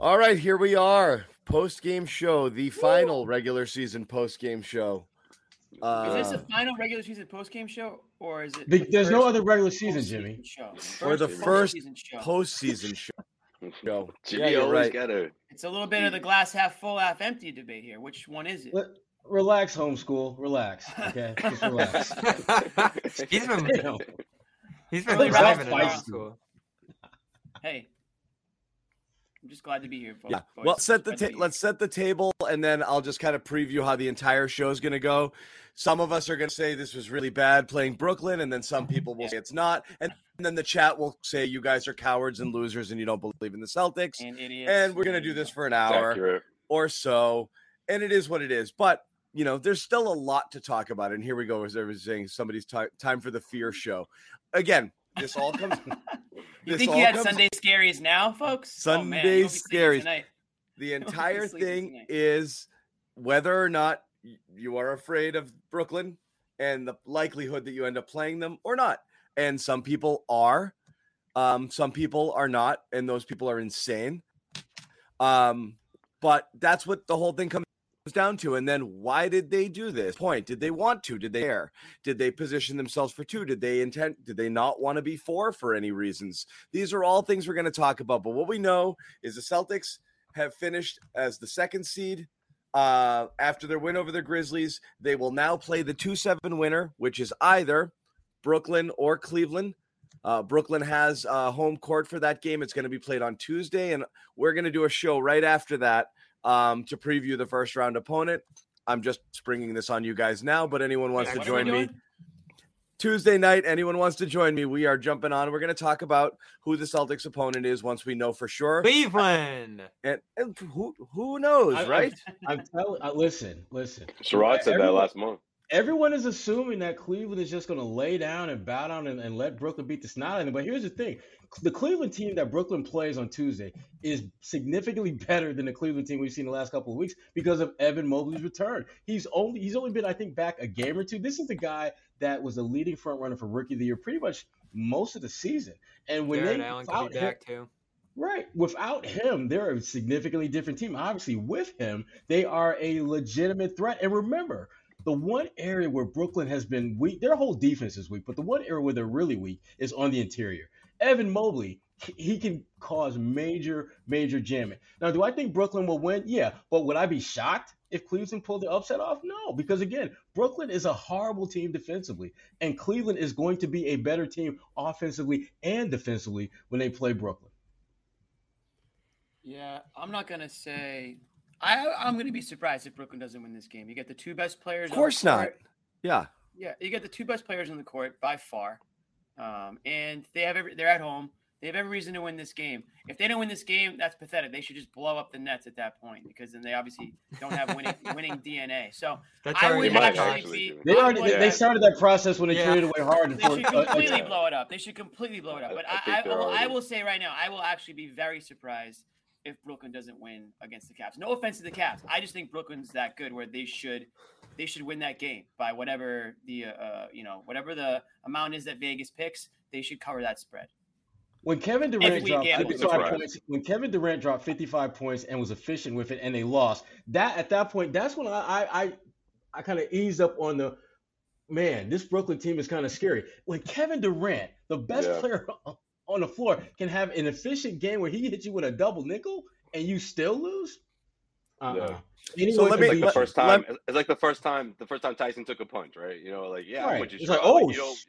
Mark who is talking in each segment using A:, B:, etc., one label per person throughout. A: All right, here we are. Post game show, the final regular season post game show.
B: Is
A: Uh,
B: this the final regular season post game show, or is it?
C: The-
B: the
C: there's no
B: first
C: other regular season,
B: postseason
C: Jimmy.
B: Show.
A: Or the first
B: postseason show.
A: postseason show. show.
D: Jimmy
A: you're
D: always
A: right.
D: got a
B: it's a little bit of the glass half full, half empty debate here. Which one is it?
C: Let- Relax, homeschool. Relax. Okay, just relax.
E: he's been
C: You know,
E: he's been
B: Really
E: thriving in
B: rough
E: high
B: fights.
E: school.
B: Hey, I'm just glad to be here. Folks.
A: Yeah.
B: Boys,
A: Well, set the
B: glad to
A: ta-
B: be
A: let's set the table, and then I'll just kind of preview how the entire show is going to go. Some of us are going to say this was really bad playing Brooklyn, and then some people will say it's not, and then the chat will say you guys are cowards and losers, and you don't believe in the Celtics.
B: here. and idiots.
A: And we're going to do this for an hour.
D: accurate.
A: or so, and it is what it is. But you know, there's still a lot to talk about. And here we go, as I was saying, somebody's ti- time for the fear show. Again, this all comes.
B: You
A: this
B: think
A: all
B: you had
A: comes-
B: Sunday scaries now, folks? oh, man,
A: Sunday
B: you'll be sleeping
A: scaries.
B: tonight.
A: The
B: be
A: entire
B: sleeping
A: thing
B: tonight.
A: is whether or not y- you are afraid of Brooklyn and the likelihood that you end up playing them or not. And some people are, um, some people are not, and those people are insane. Um, but that's what the whole thing comes down to. And then why did they do this? Point. Did they want to? Did they care? Did they position themselves for two? Did they intend? Did they not want to be four for any reasons? These are all things we're going to talk about. But what we know is the Celtics have finished as the second seed uh, after their win over the Grizzlies. They will now play the 2 7 winner, which is either Brooklyn or Cleveland. Uh, Brooklyn has uh, home court for that game. It's going to be played on Tuesday, and we're going to do a show right after that um, to preview the first round opponent. I'm just springing this on you guys now, but anyone wants to
B: What are we
A: join me.
B: doing?
A: Tuesday night, anyone wants to join me, we are jumping on. We're going to talk about who the Celtics opponent is once we know for sure.
E: Cleveland.
A: And, and who who knows,
C: I- I-
A: right?
C: I'm telling. I- Listen, listen.
D: Sherrod said that
C: Everyone-
D: last month.
C: Everyone is assuming that Cleveland is just going to lay down and bow down and, and let Brooklyn beat the snot out of them. But here's the thing: the Cleveland team that Brooklyn plays on Tuesday is significantly better than the Cleveland team we've seen the last couple of weeks because of Evan Mobley's return. He's only he's only been I think back a game or two. This is the guy that was the leading front runner for Rookie of the Year pretty much most of the season. And when
E: Jared
C: they
E: Allen
C: without
E: could be
C: him-
E: back too.
C: Right. Without him, they're a significantly different team. Obviously, with him, they are a legitimate threat. And remember, the one area where Brooklyn has been weak, their whole defense is weak, but the one area where they're really weak is on the interior. Evan Mobley, he can cause major, major jamming. Now, do I think Brooklyn will win? Yeah. But would I be shocked if Cleveland pulled the upset off? No, because again, Brooklyn is a horrible team defensively, and Cleveland is going to be a better team offensively and defensively when they play Brooklyn.
B: Yeah, I'm not gonna say. I I'm gonna be surprised if Brooklyn doesn't win this game. You get the two best players.
A: Of
B: on the
A: course not.
B: court.
A: Yeah.
B: Yeah, you get the two best players on the court by far, um, and they have every, they're at home. They have every reason to win this game. If they don't win this game, that's pathetic. They should just blow up the Nets at that point because then they obviously don't have winning winning DNA. So
E: That's
B: I
E: already
B: would
D: They might
E: been
B: actually
E: talked.
D: actually
B: be.
D: do.
C: They
B: I
C: already
B: would
C: they, they
D: Yeah.
C: started that process when they
E: Yeah.
C: traded away Harden.
B: They
C: for-
B: should
C: uh,
B: completely
C: uh,
B: blow it up. They should completely blow it up. But
D: I- I
B: I,
D: think
B: I,
D: they're
B: will, I
D: already-
B: will say right now, I will actually be very surprised if Brooklyn doesn't win against the Caps. No offense to the Caps, I just think Brooklyn's that good where they should they should win that game by whatever the uh, you know whatever the amount is that Vegas picks. They should cover that spread.
C: when Kevin
B: Every
C: Durant dropped
B: game.
C: 55
D: Surprise.
C: points, when Kevin Durant dropped 55 points and was efficient with it, and they lost that at that point, that's when I I I, I kind of eased up on the man. This Brooklyn team is kind of scary. When Kevin Durant, the best
D: Yeah.
C: player on the floor, can have an efficient game where he hits you with a double nickel and you still lose. Uh-uh.
D: Yeah.
C: Anyone
A: let me-
D: It's like
C: can beat
D: the
C: you.
D: first time. It's like the first time. The first time Tyson took a punch, right? You know, like yeah, I'm
C: Right.
D: with you.
C: It's like,
D: Sherrod.
C: oh,
D: you don't-
C: sh-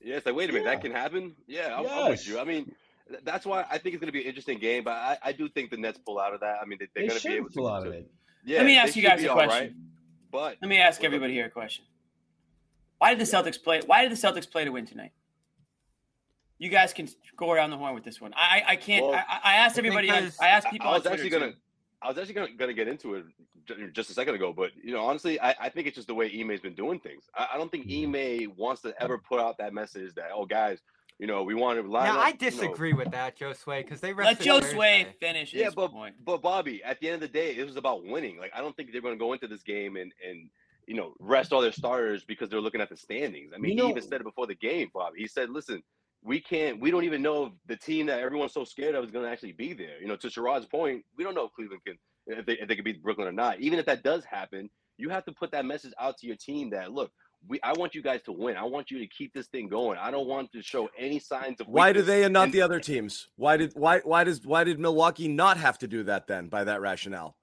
D: yeah. It's like wait a minute,
C: Yeah.
D: that can happen. Yeah, I'm, I'm with
C: Yes.
D: you. I mean, th- that's why I think it's going to be an interesting game. But I, I do think the Nets pull out of that. I mean, they,
C: They
D: are going to be
C: should
D: able to
C: pull out of
D: to-
C: it.
D: Yeah,
B: Let me
D: they
B: ask you
D: should
B: guys
D: be
B: a
D: all right,
B: question.
D: but
B: Let me ask everybody here a question. Why did the Celtics play? Why did the Celtics play to win tonight? You guys can go around the horn with this one. I I can't.
D: Well,
B: I, I- I asked everybody. on-
E: because
B: I asked
D: I-
B: people.
D: I was
B: on Twitter,
D: actually
B: too.
D: gonna, I was actually gonna, gonna get into it ju- just a second ago, but you know, honestly, I, I think it's just the way Ime's been doing things. I, I don't think Ime wants to ever put out that message that, oh, guys, you know, we want to line
E: Now
D: up.
E: I
D: you know."
E: disagree with that, Joe Sway, because they
B: Let
E: rested
B: Joe
E: Thursday.
B: Sway finish
D: Yeah,
B: his
D: but
B: point.
D: but Bobby, at the end of the day, it was about winning. Like I don't think they're going to go into this game and and you know rest all their starters because they're looking at the standings. I mean,
C: You know-
D: he even said it before the game, Bobby. He said, "Listen, we can't we don't even know if the team that everyone's so scared of is going to actually be there. You know, to Sherrod's point, we don't know if Cleveland can if they if they can beat Brooklyn or not. Even if that does happen, you have to put that message out to your team that look, we I want you guys to win. I want you to keep this thing going. I don't want to show any signs of
A: Why do
D: weakness.
A: they and not
D: And-
A: the other teams? Why did why why does why did Milwaukee not have to do that then by that rationale?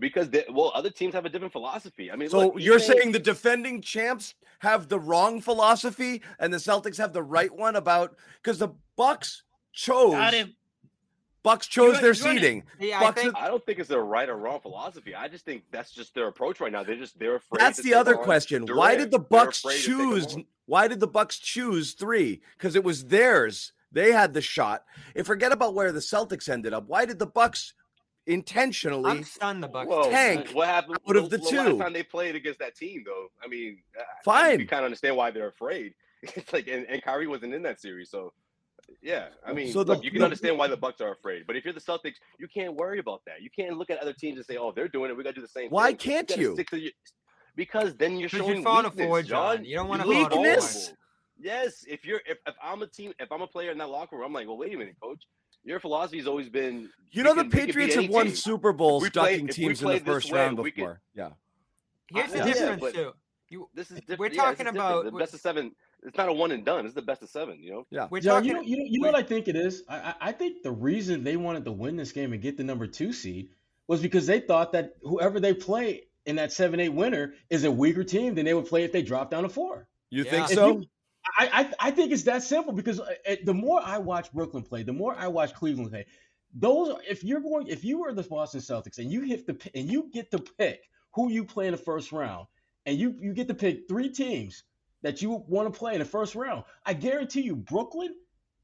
D: because they, well other teams have a different philosophy. I mean,
A: So
D: look,
A: you're
D: even-
A: saying the defending champs have the wrong philosophy and the Celtics have the right one about because the Bucks
B: Got
A: chose
B: him.
A: Bucks chose
B: got-
A: their
B: you got it.
A: seeding.
E: Yeah, I
A: Bucks
E: think
A: are-
D: I don't think it's a right or wrong philosophy. I just think that's just their approach right now. They're just they're afraid.
A: That's
D: to
A: the
D: take
A: other
D: on-
A: question. Why
D: Durant.
A: did the
D: They're
A: Bucks
D: afraid to take them
A: choose?
D: on.
A: Why did the Bucks choose three? Because it was theirs. They had the shot. And forget about where the Celtics ended up. Why did the Bucks intentionally?
E: I'm stunned the Bucks.
D: Whoa,
A: tank
D: What happened
A: out of the two.
D: Last time they played against that team, though, I mean, I-
A: Fine.
D: you kind of understand why they're afraid. It's like, and, and Kyrie wasn't in that series, so yeah, I mean,
A: So the-
D: look, you can
A: the-
D: understand why the Bucks are afraid. But if you're the Celtics, you can't worry about that. You can't look at other teams and say, "Oh, they're doing it. We got to do the same."
A: Why
D: thing."
A: can't
D: gotta
A: you?
D: stick to your- because then you're
E: Because
D: showing
E: you're falling
D: weakness,
E: forward,
D: John.
E: John. You don't wanna
D: look
A: fall forward.
D: vulnerable. Yes, if you're if, if I'm a team, if I'm a player in that locker room, I'm like, well, wait a minute, coach. Your philosophy has always been
A: You
D: we
A: know the
D: can- we can beat
A: Patriots have
D: any
A: won
D: team.
A: Super Bowls
D: we play-
A: ducking
D: if we
A: teams in
D: play
A: the
D: this
A: first
D: way,
A: round
D: we can-
A: before. Yeah.
E: Here's the
A: Yeah,
E: difference
D: but-
E: too. You
D: This is different.
E: We're
D: yeah, this
E: talking
D: is different.
E: about-
D: the best of seven. It's not a one and done. It's the best of seven. You know,
E: we're
C: John,
E: talking
C: you know, you know, you know what I think it is. I, I I think the reason they wanted to win this game and get the number two seed was because they thought that whoever they play in that seven eight winner is a weaker team than they would play if they dropped down to four.
A: You
E: Yeah.
A: think
E: If
C: If
A: so?
C: you- I, I I think it's that simple because uh, uh, the more I watch Brooklyn play, the more I watch Cleveland play. Those are, if you're going if you were the Boston Celtics and you hit the p- and you get to pick who you play in the first round and you you get to pick three teams that you want to play in the first round, I guarantee you Brooklyn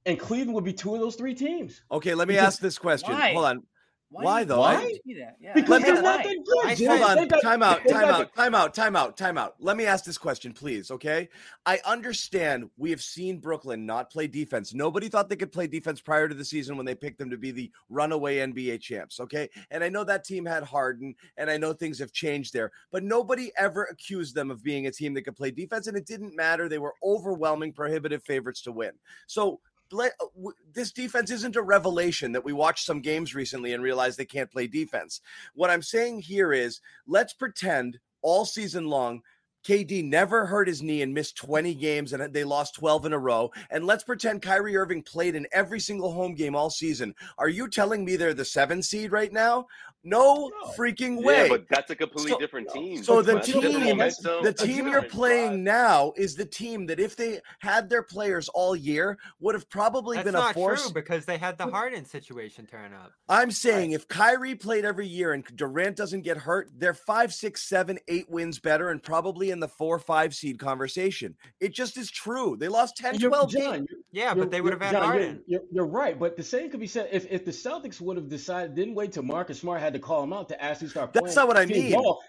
C: and Cleveland would be two of those three teams.
A: okay, let me
C: Because-
A: ask this question.
B: Why?
A: Hold on.
B: do
A: Why,
B: you-
A: though?
B: Why
C: Why?
B: do you do that? Yeah, I
C: Because
B: mean,
C: they're
B: why?
C: not that good.
E: I
C: Jay.
E: said-
C: They
A: Hold on.
C: got-
A: Time out.
C: they
A: Time
C: got-
A: out. Time out. Time out. Time out. Let me ask this question, please. Okay. I understand we have seen Brooklyn not play defense. Nobody thought they could play defense prior to the season when they picked them to be the runaway NBA champs. Okay. And I know that team had Harden, and I know things have changed there, but nobody ever accused them of being a team that could play defense, and it didn't matter. They were overwhelming, prohibitive favorites to win. So let, uh, w- this defense isn't a revelation that we watched some games recently and realized they can't play defense. What I'm saying here is let's pretend all season long KD never hurt his knee and missed 20 games and they lost 12 in a row. And let's pretend Kyrie Irving played in every single home game all season. Are you telling me they're the seven seed right now? No,
C: No.
A: freaking way.
D: yeah, but that's a completely
A: So-
D: different team.
A: so the
D: That's different
A: team-
D: momentum.
A: the team you're
D: Different
A: playing
D: vibe.
A: now is the team that if they had their players all year would have probably
E: That's
A: been
E: not
A: a force.
E: true because they had the Harden situation turn up.
A: I'm saying if Kyrie played every year and Durant doesn't get hurt, they're five, six, seven, eight wins better and probably in the four, five seed conversation. It just is true. They lost 10,
C: and you're-
A: 12 games.
C: John,
E: Yeah,
C: You're-
E: but they would have
C: you're-
E: had
C: John,
E: Harden.
C: you're, you're, you're right, but the same could be said if, if the Celtics would have decided didn't wait till Marcus Smart had to call him out to actually start.
A: That's
C: playing
A: not what I
C: team
A: mean.
C: ball,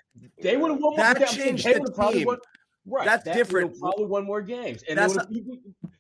C: they would have won.
A: That
C: more, I'm saying
A: changed
C: they
A: the
C: would've probably
A: team.
C: Won, right,
A: That's
C: that would've
A: different.
C: Probably won more games, and
A: That's
C: that's not, you,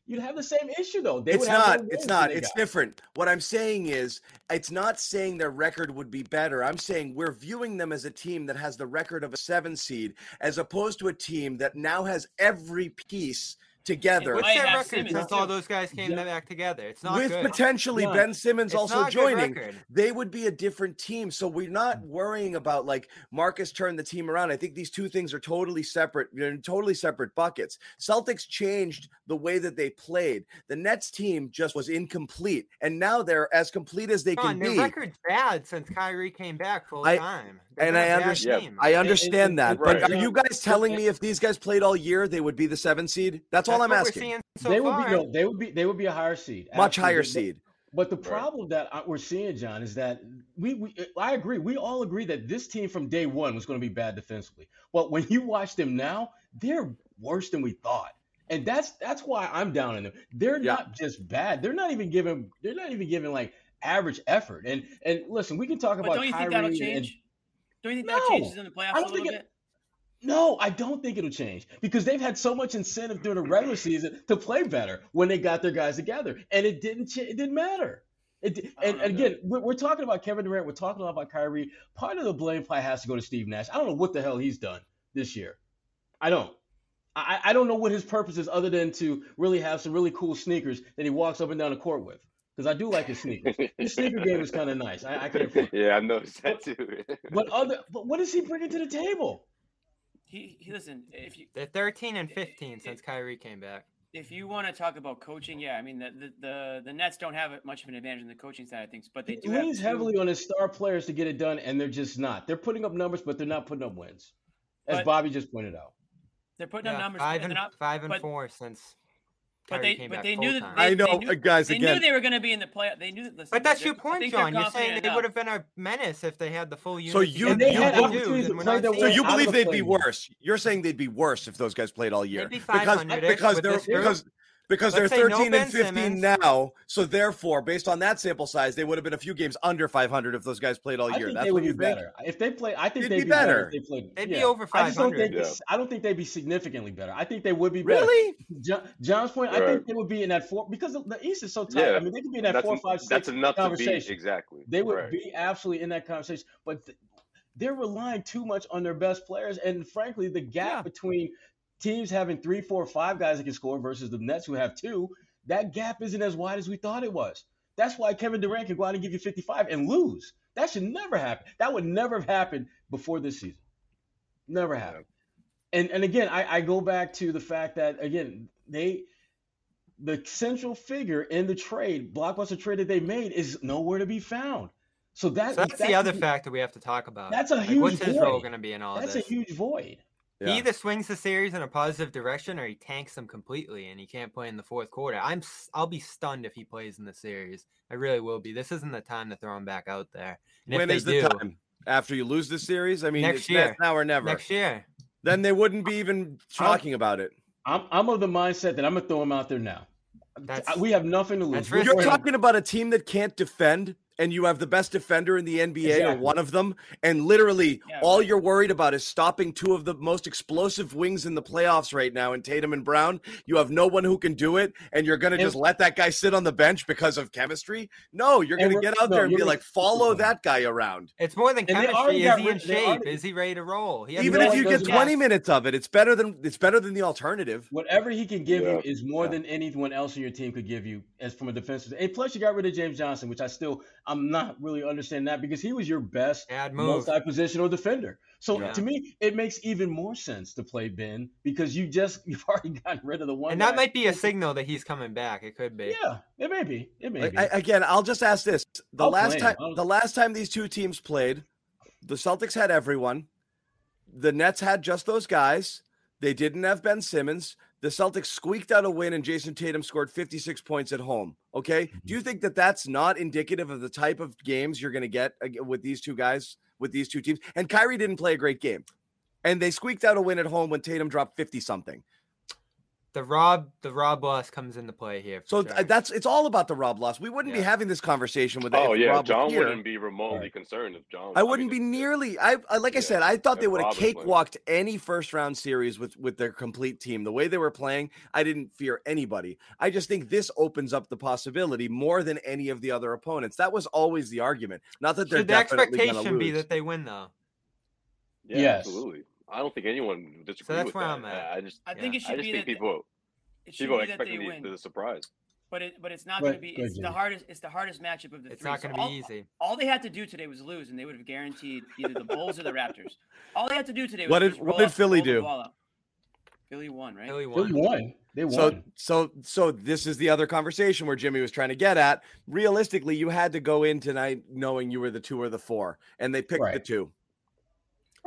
C: would have the same issue though. They
A: it's
C: would have
A: not.
C: more
A: It's
C: wins
A: not.
C: than they
A: It's
C: got.
A: different. What I'm saying is, it's not saying their record would be better. I'm saying we're viewing them as a team that has the record of a seven seed, as opposed to a team that now has every piece together
E: What's
B: might
E: their
B: have
E: record
B: Simmons,
E: since
B: too.
E: all those guys came
C: Yeah.
E: back together? It's not
A: with
E: good.
A: potentially
C: Not-
A: Ben Simmons
E: It's
A: also
E: not a good
A: joining.
E: record.
A: They would be a different team. So we're not
E: Mm.
A: worrying about like Marcus turned the team around. I think these two things are totally separate. They're in totally separate buckets. Celtics changed the way that they played. The Nets team just was incomplete, and now they're as complete as they
E: John,
A: can
E: their
A: be.
E: record's bad since Kyrie came back full
A: I-
E: time.
A: and
E: been
A: I
E: a bad
A: understand-
E: team.
A: I
C: and-
A: understand that,
D: right.
A: but are you guys telling me if these guys played all year, they would be the seven seed? That's, all
E: That's
A: I'm
E: what we're
A: asking.
E: seeing so
C: they would be
E: far.
C: no, they would be they would be a higher seed,
A: Much
C: absolutely.
A: higher
C: But-
A: seed.
C: But the
D: Right.
C: problem that I- we're seeing, John, is that we, we I agree. We all agree that this team from day one was going to be bad defensively. But when you watch them now, they're worse than we thought. And that's that's why I'm down on them. They're
A: Yeah.
C: not just bad. They're not even giving they're not even giving like average effort. And and listen, we can talk
B: But
C: about
B: don't you think
C: Kyrie
B: that'll
C: and-
B: change? Don't you think
C: No,
B: that changes in the playoffs
C: I
B: a
C: don't
B: little
C: think
B: bit?
C: it- no, I don't think it'll change because they've had so much incentive during the regular season to play better when they got their guys together, and it didn't. Ch- it didn't matter. It di-
B: I don't
C: and, and
B: know,
C: again, we're, we're talking about Kevin Durant. We're talking a lot about Kyrie. Part of the blame probably has to go to Steve Nash. I don't know what the hell he's done this year. I don't. I, I don't know what his purpose is other than to really have some really cool sneakers that he walks up and down the court with. Because I do like his sneakers. his sneaker game is kind of nice. I, I can afford. it.
D: yeah, I noticed that too.
C: But other, but what is he bringing to the table?
B: He, he listen. If you
E: They're 13 and 15 since Kyrie came back.
B: if you want to talk about coaching, yeah, I mean the the the, the Nets don't have much of an advantage in the coaching side of things, but they
C: He
B: do have
C: leans
B: two-
C: heavily on his star players to get it done, and they're just not. They're putting up numbers, but they're not putting up wins, as
B: But-
C: Bobby just pointed out.
B: They're putting
E: Yeah,
B: up numbers.
E: five
B: and
E: and
B: they're not,
E: five and
B: but-
E: four since.
B: but
E: Kyrie
B: they
E: came
B: but
E: back
B: they
E: full
B: knew that
E: time.
B: they,
A: I know,
B: they knew,
A: uh, guys.
B: They
A: Again,
B: knew they were going to be in the play. They knew. Listen,
E: But that's
B: they're-
E: your
B: I
E: point,
B: think they're
E: John. You're saying
B: confident
E: they
B: enough.
E: would have been a menace if they had the full unit.
A: So you-
E: together
A: And they
E: that
A: had
E: do,
C: opportunities
E: and
C: to
E: we're
C: play
E: not
C: their
E: seeing
C: way
A: so you
C: out of
A: believe
C: the
A: they'd be
C: play-in.
A: worse? You're saying they'd be worse if those guys played all year
E: They'd be eh?
A: because
E: 500
A: because
E: with
A: they're
E: this group.
A: because because they're
E: Let's say no
A: 13
E: Ben
A: and 15
E: Simmons.
A: now. So therefore, based on that sample size, they would have been a few games under 500 if those guys played all
C: I
A: year.
C: think
A: That's
C: they
A: what
C: would
A: you
C: be
A: think.
C: better if they play. I think
A: They'd
C: they'd,
A: be
C: be,
A: better.
C: better. if they played.
E: They'd be
C: yeah.
E: over
C: I just don't
E: 500.
C: think. they-
D: Yeah.
C: I don't think they'd be significantly better. I think they would be better.
A: Really?
C: John, John's point. I
D: Right.
C: think they would be in that four because the the East is so tight.
D: Yeah.
C: I mean, they could be in that
D: That's,
C: four, five, six
D: that's enough to be
C: conversation.
D: exactly.
C: They would
D: right.
C: be absolutely in that conversation, but th- they're relying too much on their best players, and frankly, the gap
A: Yeah.
C: between teams having three, four, five guys that can score versus the Nets who have two, that gap isn't as wide as we thought it was. That's why Kevin Durant can go out and give you 55 and lose. That should never happen. That would never have happened before this season. Never happened and and again, I, I go back to the fact that again they the central figure in the trade blockbuster trade that they made is nowhere to be found. So that
E: So that's
C: that
E: the other
C: could be-
E: factor we have to talk about.
C: That's a
E: Like,
C: huge
E: What's his role
C: void.
E: going to be in all
C: That's a
E: this?
C: huge void.
E: He
A: Yeah.
E: either swings the series in a positive direction or he tanks them completely and he can't play in the fourth quarter. I'm s- I'll be stunned if he plays in the series. I really will be. This isn't the time to throw him back out there. And
A: When
E: if
A: is
E: they
A: the
E: do,
A: time? After you lose this series, I mean,
E: Next
A: it's
E: year.
A: now or never.
E: next year,
A: Then they wouldn't be even talking about it.
C: I'm I'm of the mindset that I'm gonna throw him out there now.
A: Um,
E: that's
C: I- we have nothing to lose.
E: that's
C: We're
E: risky.
A: You're
C: going-
A: talking about a team that can't defend, and you have the best defender in the NBA, or
C: Exactly.
A: one of them, and literally
B: Yeah,
A: all
B: right.
A: you're worried about is stopping two of the most explosive wings in the playoffs right now in Tatum and Brown. You have no one who can do it, and you're going to
C: And-
A: just let that guy sit on the bench because of chemistry? No, you're going
C: And
A: to
C: we're-
A: get out
C: no,
A: there and
C: you're
A: be
C: gonna-
A: like, follow that guy around.
E: it's more than
C: And they
E: chemistry.
C: already
E: Is
C: got
E: he in
C: rid- they
E: shape?
C: already-
E: Is he ready to roll? He hasn't
A: Even
C: no
A: if
E: played
A: you
C: one
A: get
E: those
C: does
A: 20
E: games.
A: minutes of it, it's better than it's better than the alternative.
C: Whatever he can give
D: Yeah.
C: you is more
A: Yeah.
C: than anyone else in your team could give you as from a defensive. And plus, you got rid of James Johnson, which I still I'm not really understanding that because he was your best
E: Bad move.
C: multi-positional defender. So
E: Yeah.
C: to me, it makes even more sense to play Ben because you just you've already gotten rid of the one.
E: And that
C: guy.
E: might be a signal that he's coming back. It could be.
C: yeah, it may be, it may
A: Like,
C: be.
A: I, again, I'll just ask this: the
C: I'll
A: last
C: play
A: time,
C: him. I'll-
A: the last time these two teams played, the Celtics had everyone. The Nets had just those guys. They didn't have Ben Simmons. The Celtics squeaked out a win, and Jason Tatum scored 56 points at home. Okay, do
C: Mm-hmm.
A: you think that that's not indicative of the type of games you're going to get ag- with these two guys, with these two teams? And Kyrie didn't play a great game, and they squeaked out a win at home when Tatum dropped 50 something.
E: The Rob the Rob loss comes into play here. for
A: So
E: sure.
A: th- that's it's all about the Rob loss. We wouldn't be
E: Yeah.
A: having this conversation with
D: Oh
A: if
D: yeah,
A: Rob were
D: John
A: here.
D: wouldn't be remotely
C: Right.
D: concerned if John.
A: I wouldn't
D: mean,
A: be nearly. I, I like I
D: Yeah,
A: said, I thought they
D: and
A: would have
D: Rob is playing.
A: cakewalked any first round series with with their complete team. The way they were playing, I didn't fear anybody. I just think this opens up the possibility more than any of the other opponents. That was always the argument. Not that they're
E: Should the
A: definitely going to
E: expectation
A: lose.
E: be that they win though?
D: Yeah,
C: Yes.
D: absolutely. I don't think anyone would disagree
E: that's
D: with
E: where
D: that.
E: I'm at.
D: I I just,
B: I think
E: Yeah,
B: it
D: I
B: should
D: just
B: be
D: think
B: that
D: people,
B: it should
D: people
B: be that they
D: expecting the,
B: win,
D: the surprise.
B: but it but it's not
C: Go
B: going to
C: ahead-
B: be
C: go ahead,
B: it's the
C: Jimmy.
B: hardest it's the hardest matchup of the
E: It's
B: three.
E: not
B: So
E: going to
B: all-
E: be easy.
B: All they had to do today was lose, and they would have guaranteed either the Bulls or the Raptors. All they had to do today was
A: What did-
B: just
A: what
B: roll
A: did
B: up and
A: Philly
B: roll the
A: do?
B: ball up. Philly won, right?
E: Philly
C: they
E: won.
C: won. They won.
A: So so so this is the other conversation where Jimmy was trying to get at. Realistically, you had to go in tonight knowing you were the two or the four, and they picked the
C: Right.
A: two.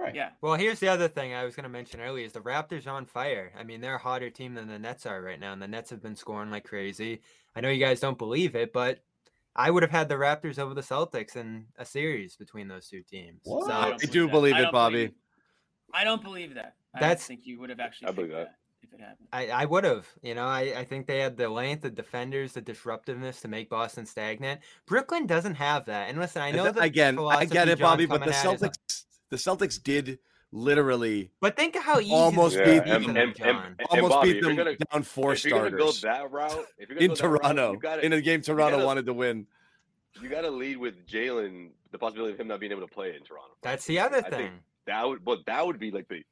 C: right.
B: Yeah,
E: Well, here's the other thing I was going to mention earlier is the Raptors are on fire. I mean, they're a hotter team than the Nets are right now, and the Nets have been scoring like crazy. I know you guys don't believe it, but I would have had the Raptors over the Celtics in a series between those two teams.
C: What?
E: So
B: I
A: I
B: don't
A: do
B: that.
A: believe
B: I
A: it,
B: don't
A: Bobby.
B: believe- I don't believe that. I
E: That's-
B: don't think you would have actually.
D: I believe
B: picked
D: that.
B: if it happened.
E: I, I would have. You know, I, I think they had the length, the defenders, the disruptiveness to make Boston stagnant. Brooklyn doesn't have that. And listen, I
A: And
E: know
A: th-
E: that
A: again, I get it, Bobby, but the Celtics, the Celtics did literally
E: but think of how easy
A: almost
E: the
A: beat
E: Celtics
A: them.
E: are,
A: And-
E: John.
A: almost
D: Bobby,
A: beat
D: if you're
A: them
D: gonna-
A: down four
D: if you're gonna go
A: starters
D: that route, if you're gonna
A: in
D: go that route,
A: Toronto
D: you gotta,
A: in a game Toronto
D: gotta-
A: wanted to win.
D: you gotta lead with Jalen. The possibility of him not being able to play in Toronto.
E: That's the other
D: I think
E: thing.
D: That would, but that would be like the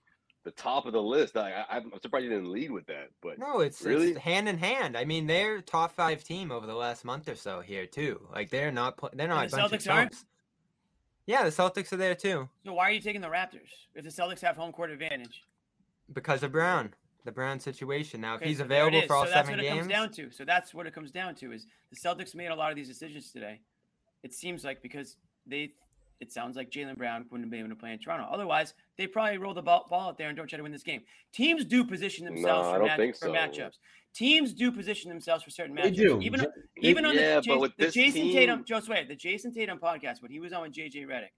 D: the top of the list. I, I, I'm surprised you didn't lead with that, but
E: No, it's,
D: Really?
E: it's hand in hand. I mean, they're top five team over the last month or so here too. Like they're not pl- they're not
B: the
E: a bunch of
B: Celtics aren't?
E: chumps. Yeah, the Celtics are there too
B: So why are you taking the Raptors if the Celtics have home court advantage?
E: because of Brown, the Brown situation. Now, if
B: Okay,
E: he's
B: so there it
E: available
B: is.
E: for all
B: so that's
E: seven
B: what
E: games,
B: It comes down to. So that's what it comes down to is the Celtics made a lot of these decisions today. It seems like because they, it sounds like Jalen Brown wouldn't have been able to play in Toronto. Otherwise, they probably roll the ball, ball out there and don't try to win this game. Teams do position themselves
D: No, I
B: for,
D: don't
B: match-
D: think
B: for
D: so.
B: matchups. Teams do position themselves for certain
C: They
B: matchups.
C: do.
B: Even
C: Ju-
B: even on
D: yeah,
B: the,
D: but
B: Jas-
D: with
B: the
D: this
B: Jason
D: team-
B: Tatum, Joe Sway, the Jason Tatum podcast when he was on with JJ Reddick,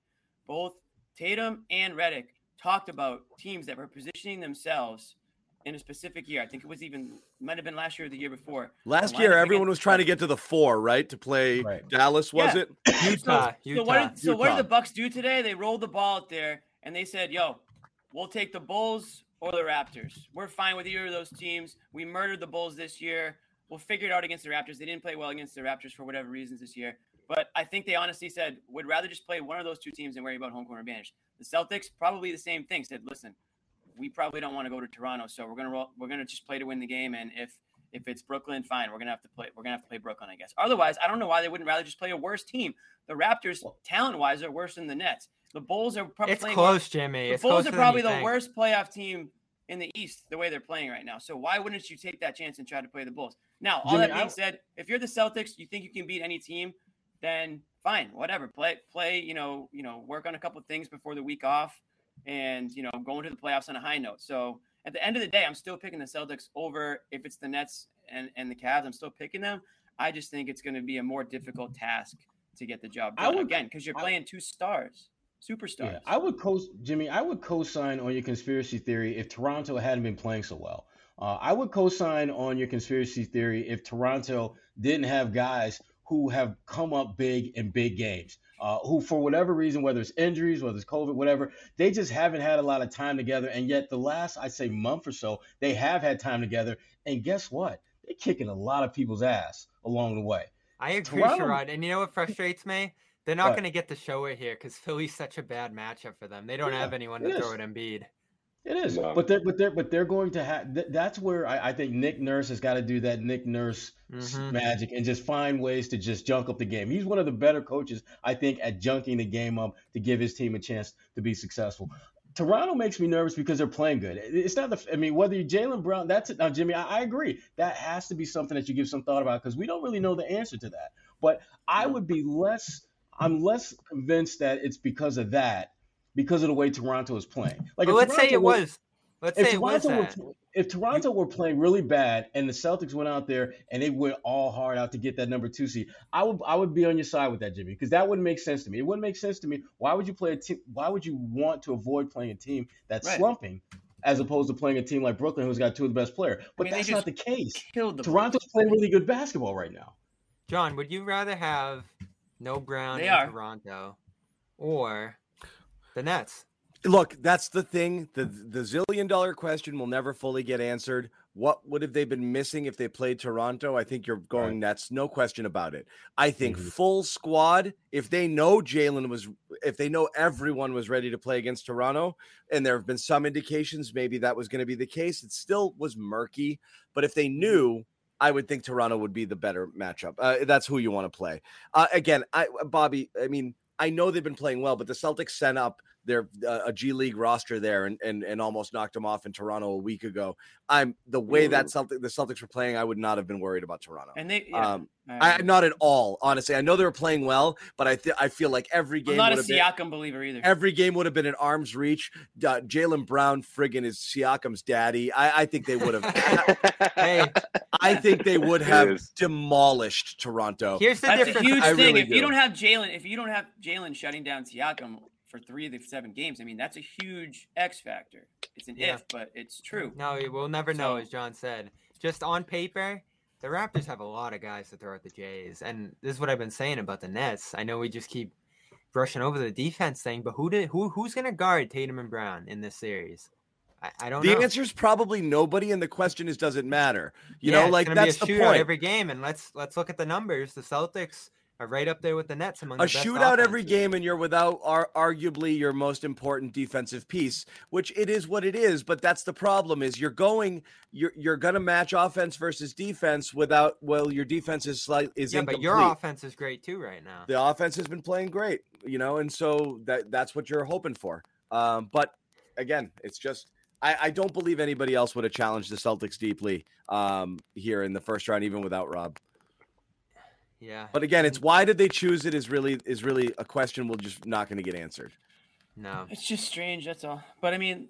B: both Tatum and Reddick talked about teams that were positioning themselves in a specific year. I think it was even might have been last year or the year before.
A: Last
B: lineup
A: year,
B: against
A: everyone
B: the
A: was trying to get to the four, right? To play
C: Right.
A: Dallas, was
B: Yeah.
A: it?
E: Utah,
B: so what
E: Utah.
B: did, so what did
A: Utah.
B: the Bucks do today? They rolled the ball out there and they said, "Yo, we'll take the Bulls or the Raptors. We're fine with either of those teams. We murdered the Bulls this year. We'll figure it out against the Raptors. They didn't play well against the Raptors for whatever reasons this year, but I think they honestly said would rather just play one of those two teams than worry about home court advantage. The Celtics probably the same thing. Said, "Listen, we probably don't want to go to Toronto, so we're gonna roll, we're gonna just play to win the game, and if." If it's Brooklyn, fine. We're gonna have to play. We're gonna have to play Brooklyn, I guess. Otherwise, I don't know why they wouldn't rather just play a worse team. The Raptors, talent wise, are worse than the Nets. The Bulls are probably
E: It's close, Jimmy.
B: The
E: It's
B: Bulls
E: closer
B: are
E: than
B: probably
E: you
B: the
E: think.
B: worst playoff team in the East, the way they're playing right now. So why wouldn't you take that chance and try to play the Bulls? Now, all
C: Jimmy,
B: that being
C: I-
B: said, if you're the Celtics, you think you can beat any team, then fine, whatever. Play, play. You know, you know, work on a couple things before the week off, and you know, go into the playoffs on a high note. So at the end of the day, I'm still picking the Celtics over if it's the Nets and and the Cavs. I'm still picking them. I just think it's going to be a more difficult task to get the job
C: I
B: done
C: would-
B: again because you're
C: I-
B: playing two stars, superstars.
C: Yeah, I would co Jimmy. I would co-sign on your conspiracy theory if Toronto hadn't been playing so well. Uh, I would co-sign on your conspiracy theory if Toronto didn't have guys who have come up big in big games, uh, who for whatever reason, whether it's injuries, whether it's COVID, whatever, they just haven't had a lot of time together. And yet, the last I'd say month or so, they have had time together. And guess what? They're kicking a lot of people's ass along the way.
E: I agree,
C: Toronto-
E: Sherrod. And you know what frustrates me? They're not
C: What?
E: going to get to show it here because Philly's such a bad matchup for them. They don't
C: Yeah,
E: have anyone
C: it
E: to throw
C: is.
E: at Embiid.
C: It is,
D: No.
C: but they're but they're but they're going to have. Th- that's where I, I think Nick Nurse has got to do that Nick Nurse s-
E: Mhm.
C: magic and just find ways to just junk up the game. He's one of the better coaches, I think, at junking the game up to give his team a chance to be successful. Toronto makes me nervous because they're playing good. It- It's not the. I mean, whether you Jalen Brown, that's it. Now, Jimmy, I, I agree. That has to be something that you give some thought about because we don't really know the answer to that. But I would be less. I'm less convinced that it's because of that, because of the way Toronto is playing. Like,
E: but
C: if
E: let's say
C: Toronto
E: it
C: were-
E: was. Let's
C: if
E: say it was
C: Toronto,
E: that.
C: were, if Toronto were playing really bad and the Celtics went out there and they went all hard out to get that number two seed, I would I would be on your side with that, Jimmy, because that wouldn't make sense to me. It wouldn't make sense to me. Why would you play a team? Why would you want to avoid playing a team that's
B: Right.
C: slumping, as opposed to playing a team like Brooklyn who's got two of the best players? But
B: mean, they
C: that's
B: just
C: not the case.
B: Killed the Bulls.
C: Toronto's playing really good basketball right now.
E: John, would you rather have no Brown
B: They
E: in
B: are.
E: Toronto or the Nets?
A: Look, that's the thing. The the zillion dollar question will never fully get answered. What would have they been missing if they played Toronto? I think you're going
C: Right.
A: Nets, no question about it. I think
C: Mhm.
A: full squad, if they know Jalen was if they know everyone was ready to play against Toronto, and there have been some indications maybe that was going to be the case, it still was murky. But if they knew, I would think Toronto would be the better matchup. Uh, that's who you want to play. Uh, again, I Bobby, I mean, I know they've been playing well, but the Celtics sent up their uh, a G League roster there and, and and almost knocked them off in Toronto a week ago. I'm the way that something the Celtics were playing, I would not have been worried about Toronto.
B: And they, yeah,
A: Um,
B: I
A: I
B: agree.
A: not at all, honestly. I know they were playing well, but I th- I feel like every
B: I'm
A: game
B: not a
A: would have been
B: Siakam believer either.
A: every game would have been an arm's reach. Uh, Jalen Brown friggin' is Siakam's daddy. I, I think they would have.
E: Hey,
A: I think they would have
D: Yes.
A: demolished Toronto.
E: here's the
B: That's a
E: difference.
B: huge
A: I
B: thing.
A: really
B: if you
A: do.
B: don't have Jalen, if you don't have Jalen shutting down Siakam for three of the seven games, I mean that's a huge X factor. It's an
E: Yeah.
B: if, but it's true.
E: No, we'll never know,
B: So-
E: as John said. Just on paper, the Raptors have a lot of guys to throw at the Jays, and this is what I've been saying about the Nets. I know we just keep brushing over the defense thing, but who did who who's going to guard Tatum and Brown in this series? I, I don't
A: the
E: know.
A: answer is probably nobody, and the question is, does it matter? You
E: Yeah,
A: know,
E: it's
A: like
E: gonna be a
A: that's the
E: shootout
A: point.
E: Every game, and let's let's look at the numbers. The Celtics are right up there with the Nets among
A: a
E: the best
A: shootout every
E: offenses.
A: game and you're without are arguably your most important defensive piece which it is what it is but that's the problem is you're going you're you're going to match offense versus defense without well your defense is slight is
E: Yeah,
A: incomplete
E: but your offense is great too right now.
A: the offense has been playing great you know and so that that's what you're hoping for um but again it's just I, I don't believe anybody else would have challenged the Celtics deeply um, here in the first round, even without Rob.
E: yeah.
A: But again,
B: Mm.
A: it's why did they choose it is really is really a question we're just not going to get answered.
E: No.
B: It's just strange, that's all. But I mean,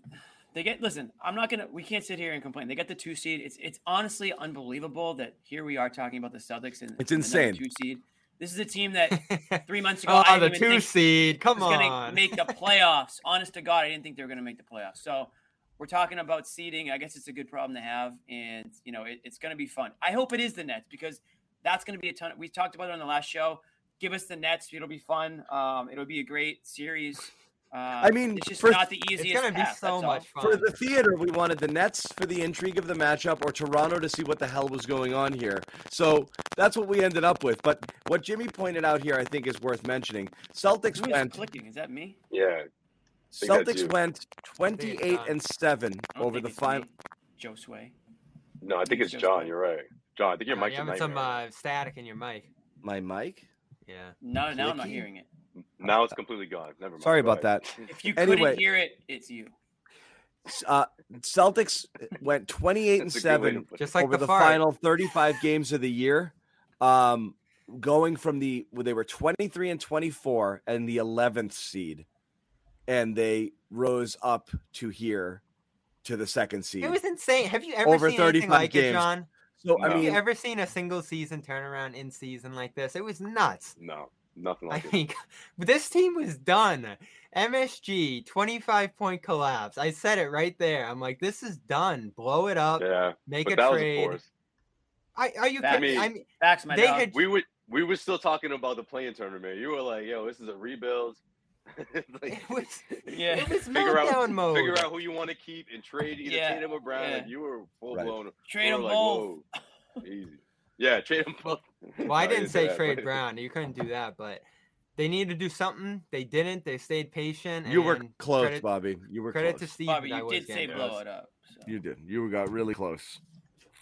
B: they get listen, I'm not gonna we can't sit here and complain. They get the two seed. It's it's honestly unbelievable that here we are talking about the Celtics and
A: It's
B: another
A: insane.
B: two seed. This is a team that three months ago I
E: oh, the
B: didn't even
E: two
B: think
E: seed. Come
B: was gonna
E: on.
B: make the playoffs. Honest to God, I didn't think they were gonna make the playoffs. So we're talking about seeding. I guess it's a good problem to have, and you know it, it's gonna be fun. I hope it is the Nets because that's gonna be a ton. We talked about it on the last show. Give us the Nets. It'll be fun. Um, it'll be a great series. Um, I
A: mean,
B: it's just
A: for-
B: not the easiest.
E: it's gonna be
B: path,
E: so
B: that's all.
E: much fun.
A: For the theater, we wanted the Nets for the intrigue of the matchup or Toronto to see what the hell was going on here. So that's what we ended up with. But what Jimmy pointed out here, I think, is worth mentioning. Celtics
B: Who is
A: went
B: clicking? Is that me?
D: Yeah. think that's you.
A: Celtics went 28
E: John.
A: and 7
B: I don't
A: over
B: think
A: the
B: it's
A: final.
B: me, Joe Sway.
D: No, I think it's
B: Just-
D: John. You're right. John, I think your
E: You're
D: mic's a
E: having some
D: nightmare.
E: uh, static in your mic.
A: My mic?
E: Yeah.
B: No, now I'm not
A: Clicky?
B: hearing it.
D: Now it's completely gone. Never mind.
A: Sorry
D: Go
A: about
D: ahead.
B: If you
A: Anyway.
B: couldn't hear it, it's you.
A: Uh, Celtics uh, went 28 and
D: That's a good way to
A: 7
D: put it.
E: Just like
A: over the,
E: fart.
A: final 35 games of the year. Um, going from the well, they were 23 and 24 and the 11th seed, and they rose up to here to the second seed.
E: It was insane. Have you ever
A: Over
E: seen anything
A: 35
E: like it,
A: games.
E: John?
A: so I
D: No.
E: Have you
A: mean,
E: ever seen a single season turnaround in season like this? It was nuts.
D: No, nothing
E: I
D: like it.
E: think this team was done. MSG 25 point collapse. I said it right there. I'm like, this is done. Blow it up.
D: Yeah,
E: Make
D: but
E: a
D: that was a
E: trade.
D: force.
E: I, are you
B: That-
E: kidding? me?
D: I
E: I
D: mean-
E: mean,
B: Facts, my
E: They
B: dog.
E: had-
D: We were we were still talking about the playing tournament. You were like, "Yo, this is a rebuild." like,
E: it was,
B: Yeah.
E: it was
D: Figure out-
E: meltdown mode.
D: figure out who you want to keep and trade either
B: Yeah,
D: Tatum or Brown.
B: yeah.
D: And you were full
A: Right.
D: blown.
B: Trade them
D: like,
B: both.
D: Whoa, easy. Yeah, trade them both.
E: Well, I didn't say trade
D: Brown.
E: Brown. You couldn't do that, but they needed to do something. They didn't. They stayed patient.
A: you were
E: and
A: close,
E: credit,
A: Bobby. You were
E: Credit
A: close.
E: to Steve.
B: Bobby,
E: that I
B: you
E: was
B: did say
E: getting
B: blow
E: close.
B: it up. so.
A: you did. You got really close.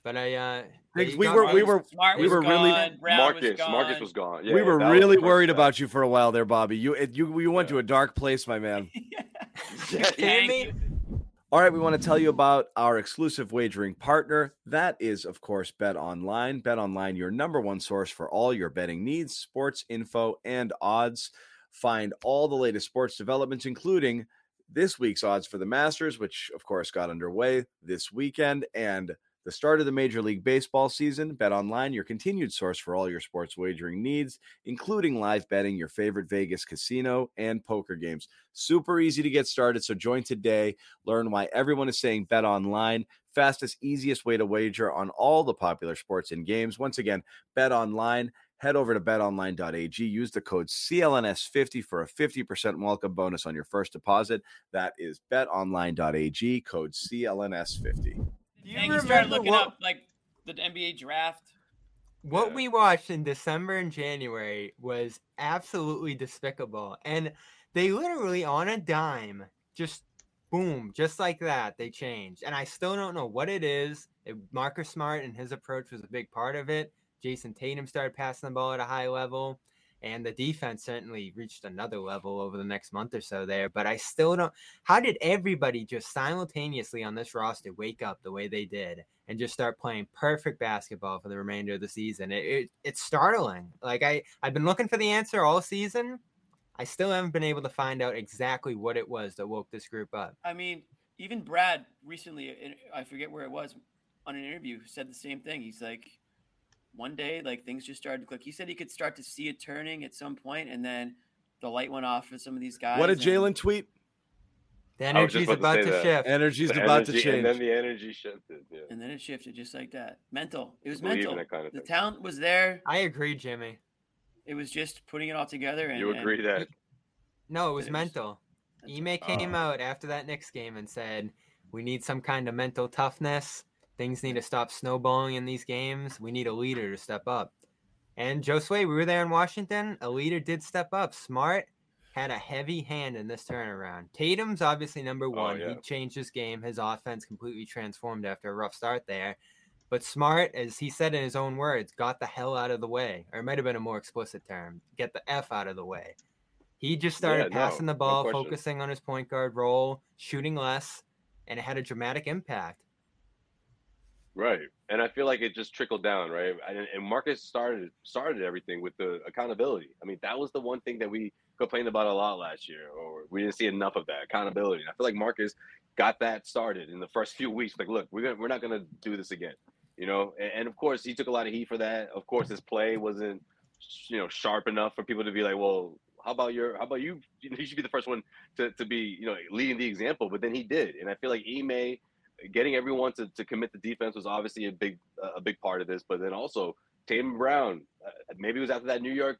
E: But I, uh,
A: Because
E: they
A: we
E: got
A: were-
E: all
B: Marcus-
A: we were-
B: Smart
A: we
B: was
A: were really-
B: gone, Brown
D: Marcus,
B: was gone.
D: Marcus was gone. Yeah,
A: we were
D: that was
A: really
D: the first
A: worried
D: step.
A: about you for a while there, Bobby. You it, you you went
D: Yeah.
A: to a dark place, my man.
D: Yeah,
E: kidding
B: Thank
E: me?
B: you.
A: All right, we want to tell you about our exclusive wagering partner. That is, of course, Bet Online. Bet Online, your number one source for all your betting needs, sports info, and odds. Find all the latest sports developments, including this week's odds for the Masters, which, of course, got underway this weekend, and the start of the Major League Baseball season. Bet Online, your continued source for all your sports wagering needs, including live betting, your favorite Vegas casino, and poker games. Super easy to get started, so join today. Learn why everyone is saying bet online, fastest, easiest way to wager on all the popular sports and games. Once again, bet online. Head over to betonline.ag. Use the code CLNS50 for a 50% welcome bonus on your first deposit. That is betonline.ag, code CLNS50.
E: Do you
B: And you started
E: remember
B: looking
E: what-
B: up like the NBA draft.
E: What
D: Yeah.
E: we watched in December and January was absolutely despicable. And they literally, on a dime, just boom, just like that, they changed. And I still don't know what it is. It, Marcus Smart and his approach was a big part of it. Jason Tatum started passing the ball at a high level. And the defense certainly reached another level over the next month or so there. But I still don't. How did everybody just simultaneously on this roster wake up the way they did? and just start playing perfect basketball for the remainder of the season. It, it it's startling. Like I I've been looking for the answer all season. I still haven't been able to find out exactly what it was that woke this group up.
B: I mean, even Brad recently, in- I forget where it was, on an interview said the same thing. He's like, one day, like things just started to click. He said he could start to see it turning at some point, and then the light went off for some of these guys.
A: What did
B: and-
A: Jalen tweet?
E: The
D: I was
E: energy's
D: just
E: about,
D: about to
E: to,
D: say that.
E: shift.
A: Energy's
D: The
A: about
D: energy-
A: to change.
D: and then the energy shifted. Yeah,
B: And then it shifted just like that. Mental. It was
D: Believe in
B: mental.
D: that kind of
B: the
D: thing.
B: talent was there.
E: I agree, Jimmy.
B: It was just putting it all together. And,
D: you
B: and-
D: agree that
E: No, it was oh.
B: There's-
E: mental. Ime came
D: Ah.
E: out after that Knicks game and said, "We need some kind of mental toughness. Things need to stop snowballing in these games. We need a leader to step up." And Joe Sway, we were there in Washington. A leader did step up. Smart had a heavy hand in this turnaround. Tatum's obviously number one.
D: yeah.
E: He changed his game. His offense completely transformed after a rough start there. But Smart, as he said in his own words, got the hell out of the way. Or it might have been a more explicit term get the F out of the way. He just started
D: Yeah, no,
E: passing the
D: no
E: ball,
D: question.
E: focusing on his point guard role, shooting less, and it had a dramatic impact.
D: Right, and I feel like it just trickled down, right? And, and Marcus started started everything with the accountability. I mean, that was the one thing that we complained about a lot last year, or we didn't see enough of that accountability. And I feel like Marcus got that started in the first few weeks. Like, look, we're gonna, we're not gonna do this again, you know. And, and of course, he took a lot of heat for that. Of course, his play wasn't, you know, sharp enough for people to be like, well, how about your, how about you? You, know, you should be the first one to to be, you know, leading the example. But then he did, and I feel like Ime getting everyone to, to commit the defense was obviously a big a big part of this. But then also Tatum Brown, uh, maybe it was after that New York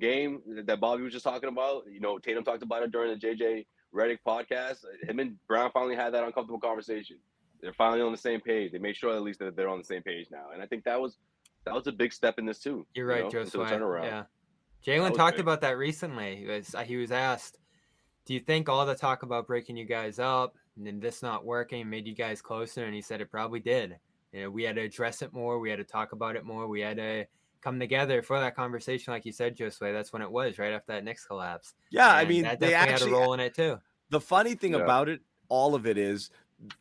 D: game that Bobby was just talking about. You know, Tatum talked about it during the JJ Reddick podcast. Him and Brown finally had that uncomfortable conversation. They're finally on the same page. They made sure at least that they're on the same page now. And I think that was that was a big step in this too.
E: You're
D: you
E: right,
D: know,
E: Joe
D: into the
E: Sway.
D: turnaround.
E: Yeah,
D: That
E: Jalen
D: was
E: talked
D: big.
E: about that recently. He was, he was asked, "Do you think all the talk about breaking you guys up and then this not working made you guys closer?" And he said it probably did. You know, we had to address it more. We had to talk about it more. We had to come together for that conversation, like you said, Joe Sway. That's when it was right after that Knicks collapse.
A: Yeah, I
E: And
A: mean,
E: that
A: they
E: definitely
A: actually
E: had a role in it too.
A: The funny thing
D: Yeah.
A: about it, all of it is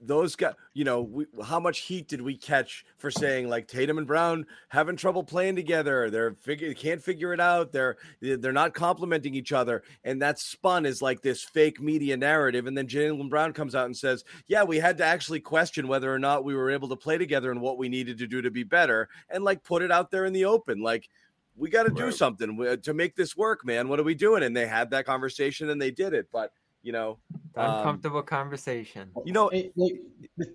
A: those guys, you know, we, how much heat did we catch for saying like Tatum and Brown having trouble playing together? They're figure can't figure it out. They're they're not complimenting each other, and that's spun as like this fake media narrative. And then Jalen Brown comes out and says, "Yeah, we had to actually question whether or not we were able to play together and what we needed to do to be better, and like put it out there in the open, like." We got to do
D: Right.
A: something we- to make this work, man. What are we doing? And they had that conversation and they did it. But you know,
E: The
A: Um,
E: uncomfortable conversation.
A: you know,
C: It- like,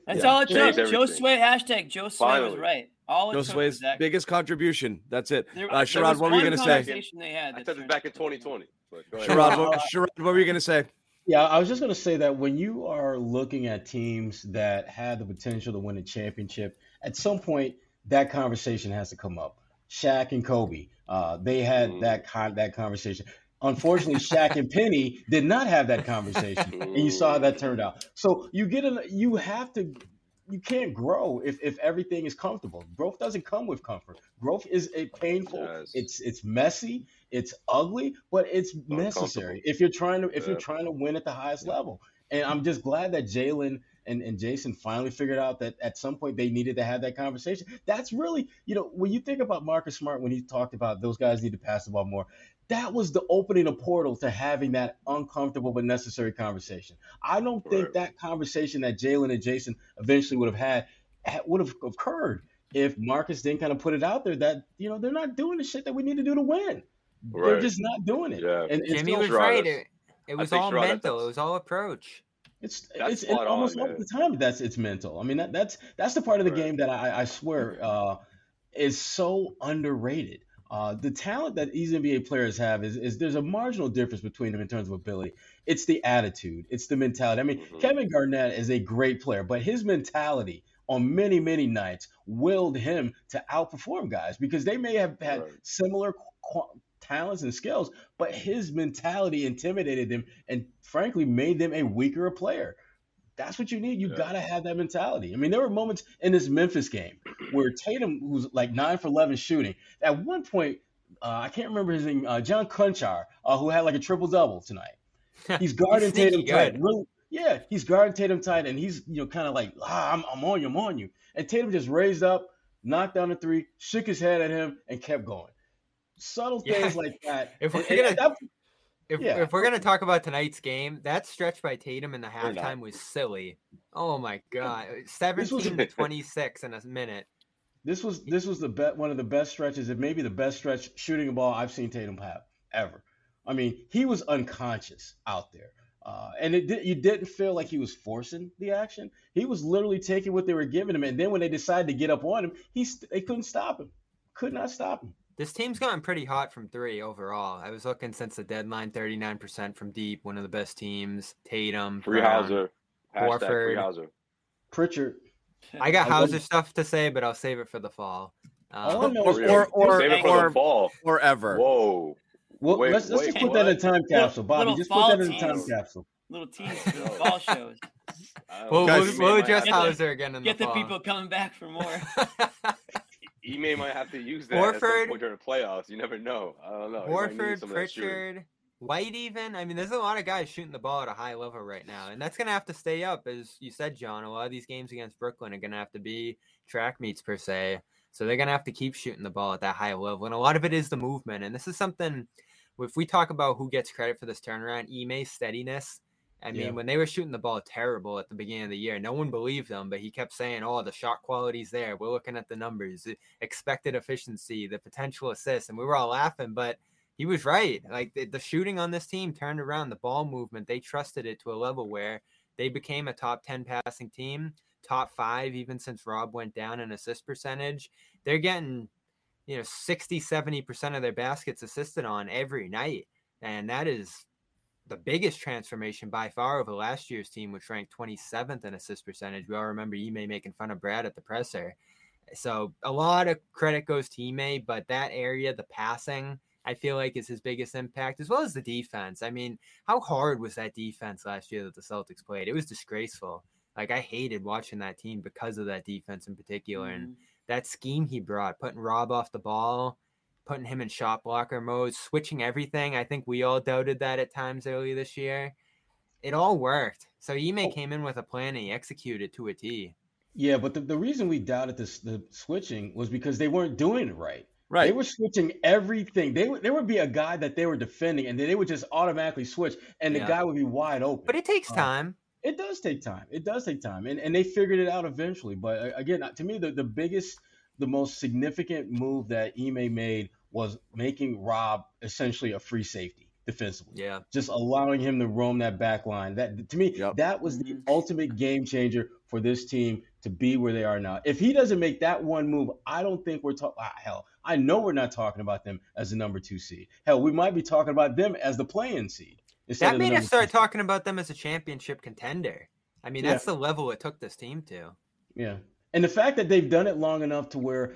B: That's
A: Yeah.
B: all it took.
D: Changed
B: Joe
D: everything.
B: Sway hashtag Joe Sway was
D: Finally.
B: right. All it
A: Joe
B: took was
A: Sway's
B: that.
A: biggest contribution. That's it.
B: there-
A: Uh,
B: there
A: Sherrod,
B: was
A: what were you
B: one
A: gonna say?
B: conversation They had
D: I said
B: that
D: this
B: turned
D: back in
B: into something.
D: 2020. But go ahead.
A: Sherrod, what, Sherrod, what were you going to say?
C: Yeah, I was just going to say that when you are looking at teams that had the potential to win a championship, at some point that conversation has to come up. Shaq and Kobe, uh, they had
D: Mhm.
C: that con- that conversation. Unfortunately, Shaq and Penny did not have that conversation, and you saw how that turned out. So you get an, you have to, you can't grow if if everything is comfortable. Growth doesn't come with comfort. Growth is a painful.
D: Yes.
C: It's it's messy. It's ugly, but it's necessary if you're trying to if you're
D: Yeah.
C: trying to win at the highest
D: Yeah.
C: level. And I'm just glad that Jalen and, and Jason finally figured out that at some point they needed to have that conversation. That's really, you know, when you think about Marcus Smart when he talked about those guys need to pass the ball more, that was the opening of portal to having that uncomfortable but necessary conversation. I don't think
D: Right.
C: that conversation that Jalen and Jason eventually would have had ha- would have occurred if Marcus didn't kind of put it out there that, you know, they're not doing the shit that we need to do to win. They're
D: Right.
C: just not doing it.
D: Yeah.
C: And it's,
E: Jimmy
C: still-
E: was
D: Sherrod,
E: right.
D: that's-
E: It, it
D: I
E: was
D: think
E: all
D: Sherrod, that's-
E: mental. It was all approach.
C: it's
D: That's
C: it's, it's
D: spot on,
C: almost all
D: man.
C: the time that's it's mental. I mean that that's that's the part of the
D: Right.
C: game that I, I swear uh, is so underrated. Uh, the talent that these NBA players have is, is there's a marginal difference between them in terms of ability. It's the attitude, it's the mentality. I mean,
D: Mhm.
C: Kevin Garnett is a great player, but his mentality on many many nights willed him to outperform guys because they may have had
D: Right.
C: similar qu- talents and skills, but his mentality intimidated them and frankly made them a weaker player. That's what you need. You
D: Yeah.
C: gotta have that mentality. I mean, there were moments in this Memphis game where Tatum, who's like nine for eleven shooting, at one point uh, I can't remember his name, uh, John Conchar, uh, who had like a triple double tonight. He's guarding
E: sneaky
C: Tatum tight.
E: good.
C: Really, yeah, he's guarding Tatum tight, and he's you know kind of like ah, I'm, I'm on you, I'm on you. And Tatum just raised up, knocked down a three, shook his head at him, and kept going. Subtle
E: Yeah.
C: things like that.
E: If
C: And-
E: we're
C: and at that
E: If,
C: Yeah.
E: if we're gonna talk about tonight's game, that stretch by Tatum in the
D: We're not.
E: halftime was silly. Oh my god, seventeen to twenty-six in a minute.
C: This was this was the bet one of the best stretches, if maybe the best stretch shooting a ball I've seen Tatum have ever. I mean, he was unconscious out there, uh, and it did, you didn't feel like he was forcing the action. He was literally taking what they were giving him, and then when they decided to get up on him, he st- they couldn't stop him, could not stop him.
E: This team's gotten pretty hot from three overall. I was looking since the deadline, thirty-nine percent from deep, one of the best teams. Tatum,
D: Free
E: Brown.
D: Hauser. Hashtag free
E: Horford.
D: Hauser.
C: Pritchard,
E: I got
C: I love
E: Hauser
C: it.
E: stuff to say, but I'll save it for the fall. Um,
C: All I know
A: Or-
C: is
A: or- or-
D: Save it for
A: or-
D: the fall.
A: forever.
D: Whoa.
C: well,
D: wait,
C: let's, let's
D: wait,
C: just put that in a time capsule, Bobby.
B: Little
C: Just put that in a
B: fall
C: time
D: tease.
C: capsule.
B: Little teams, little ball shows.
D: I don't know.
E: We'll,
A: Guys-
E: we'll,
D: He may
E: we'll
D: might
E: address
D: have-
E: Hauser again in
B: Get
E: the
B: the
E: fall.
B: people coming back for more.
D: He may might have to use that Warford. at
E: Horford.
D: some point during the playoffs. You never know. I don't know. He might need
E: Horford,
D: some of that shooting.
E: Pritchard, White, even. I mean, there's a lot of guys shooting the ball at a high level right now, and that's going to have to stay up, as you said, John. A lot of these games against Brooklyn are going to have to be track meets per se, so they're going to have to keep shooting the ball at that high level, and a lot of it is the movement. And this is something if we talk about who gets credit for this turnaround, Ime's steadiness. I mean,
C: Yeah.
E: when they were shooting the ball terrible at the beginning of the year, no one believed him, but he kept saying, "Oh, the shot quality's there. We're looking at the numbers, the expected efficiency, the potential assists," and we were all laughing. But he was right. Like the, the shooting on this team turned around. The ball movement, they trusted it to a level where they became a top ten passing team, top five even since Rob went down in assist percentage. They're getting you know 60 70% of their baskets assisted on every night and that is the biggest transformation by far over last year's team which ranked 27th in assist percentage we all remember Ime making fun of Brad at the presser so a lot of credit goes to Ime but that area the passing I feel like is his biggest impact as well as the defense I mean how hard was that defense last year that the Celtics played it was disgraceful like I hated watching that team because of that defense in particular
B: Mm-hmm.
E: and that scheme he brought, putting Rob off the ball, putting him in shot blocker mode, switching everything. I think we all doubted that at times earlier this year. It all worked. So Ime
C: Oh.
E: came in with a plan and he executed to a T.
C: Yeah, but the, the reason we doubted this, the switching was because they weren't doing it right. They
A: Right.
C: were switching everything. They would there would be a guy that they were defending, and then they would just automatically switch, and the
E: Yeah.
C: guy would be wide open.
E: But it takes
C: Oh.
E: time.
C: It does take time. It does take time, and and they figured it out eventually. But uh, again, to me, the, the biggest, the most significant move that Ime made was making Rob essentially a free safety defensively,
E: Yeah.
C: just allowing him to roam that back line. That to me,
A: Yep.
C: that was the
B: Mhm.
C: ultimate game changer for this team to be where they are now. If he doesn't make that one move, I don't think we're talking. hell, I know we're not talking about them as the number two seed. Hell, we might be talking about them as the playing seed. instead
E: That
C: of the
E: made
C: number
E: us
C: two
E: start
C: seed.
E: talking about them as a championship contender. I mean,
C: Yeah.
E: that's the level it took this team to.
C: Yeah. And the fact that they've done it long enough to where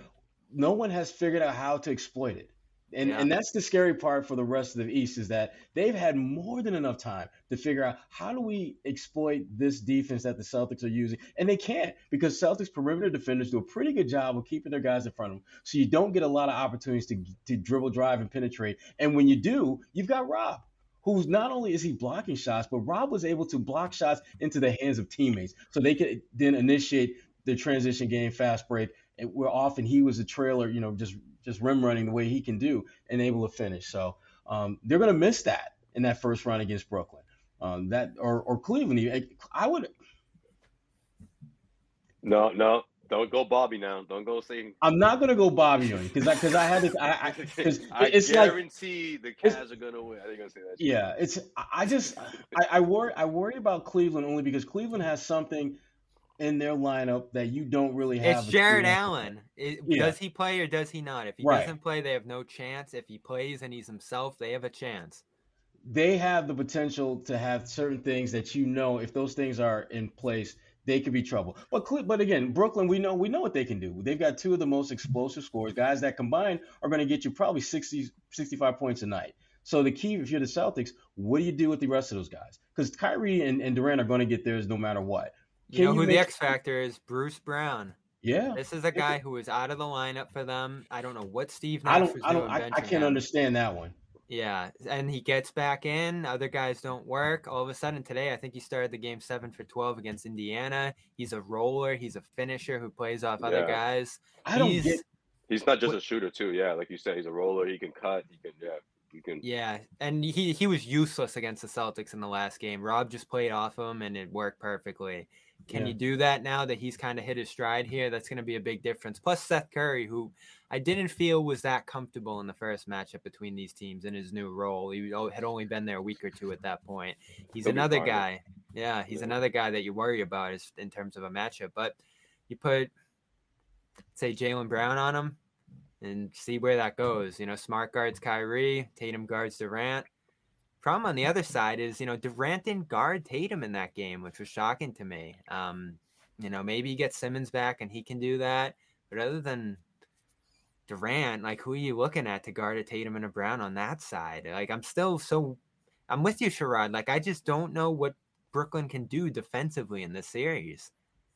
C: no one has figured out how to exploit it. And
E: Yeah.
C: and that's the scary part for the rest of the East is that they've had more than enough time to figure out how do we exploit this defense that the Celtics are using. And they can't because Celtics perimeter defenders do a pretty good job of keeping their guys in front of them. So you don't get a lot of opportunities to to dribble, drive, and penetrate. And when you do, you've got Rob. Who's not only is he blocking shots, but Rob was able to block shots into the hands of teammates, so they could then initiate the transition game, fast break, and where often he was a trailer, you know, just just rim running the way he can do and able to finish. So um, they're going to miss that in that first round against Brooklyn, um, that or or Cleveland. even. I would.
D: No, no. Don't go Bobby now. Don't go saying.
C: I'm not going to go Bobby on you because because I, had this. I because
D: I
C: it's like
D: guarantee the
C: it's-
D: Cavs are gonna win. I think I'm gonna say that. shit.
C: Yeah, it's. I- I just, I, I worry, I worry about Cleveland only because Cleveland has something in their lineup that you don't really have.
E: It's Jared
C: Yeah.
E: Allen. It-
C: Yeah.
E: Does he play or does he not? If he
C: Right.
E: doesn't play, they have no chance. If he plays and he's himself, they have a chance.
C: They have the potential to have certain things that you know if those things are in place, they could be trouble. But Cle- but again, Brooklyn, we know we know what they can do. They've got two of the most explosive scorers, guys that combined are going to get you probably 60, 65 points a night. So the key, if you're the Celtics, what do you do with the rest of those guys? Because Kyrie and, and Durant are going to get theirs no matter what.
E: You
C: Can
E: know
C: you
E: who the
C: make-
E: X factor is? Bruce Brown.
C: Yeah.
E: This is a guy who was out of the lineup for them. I don't know what Steve Nash
C: I don't,
E: was
C: I don't,
E: doing
C: I, I
E: benching
C: can't
E: him.
C: understand that one.
E: Yeah, and he gets back in. Other guys don't work. All of a sudden today, I think he started the game seven for twelve against Indiana. He's a roller. He's a finisher who plays off other
D: Yeah.
E: guys.
C: I don't
E: He's-
C: get.
D: He's not just a shooter too. Yeah, like you said, he's a roller. He can cut. He can. Yeah, he can.
E: Yeah, and he he was useless against the Celtics in the last game. Rob just played off him, and it worked perfectly. Can
C: Yeah.
E: you do that now that he's kind of hit his stride here? That's going to be a big difference. Plus Seth Curry, who I didn't feel was that comfortable in the first matchup between these teams in his new role. He o- had only been there a week or two at that point.
D: He'll
E: He's
D: be
E: another
D: fine.
E: guy. Yeah, he's
D: Yeah.
E: another guy that you worry about is in terms of a matchup. But you put say Jalen Brown on him and see where that goes. You know, Smart guards Kyrie, Tatum guards Durant. Problem on the other side is, you know, Durant didn't guard Tatum in that game, which was shocking to me. Um, you know, maybe you get Simmons back and he can do that. But other than Durant, like who are you looking at to guard a Tatum and a Brown on that side? Like I'm still so I'm with you, Sherrod. Like I just don't know what Brooklyn can do defensively in this series.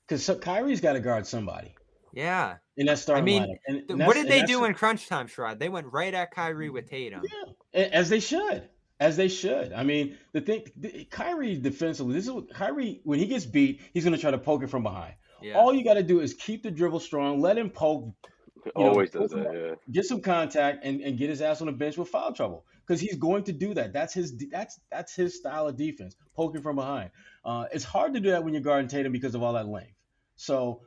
C: Because so Kyrie's got to guard somebody
E: Yeah.
C: in that starting
E: I mean,
C: lineup. And, and
E: what
C: that's-
E: did
C: and
E: they
C: that's-
E: do in crunch time, Sherrod? They went right at Kyrie with Tatum.
C: Yeah, a- as they should, as they should. I mean, the thing, the, Kyrie defensively, this is what Kyrie when he gets beat, he's going to try to poke it from behind.
E: Yeah.
C: All you got to do is keep the dribble strong, let him poke, know,
D: Always does
C: Brooklyn-
D: that.
C: get some contact, and, and get his ass on the bench with foul trouble because he's going to do that. That's his de- that's that's his style of defense, poking from behind. Uh, it's hard to do that when you're guarding Tatum because of all that length. So.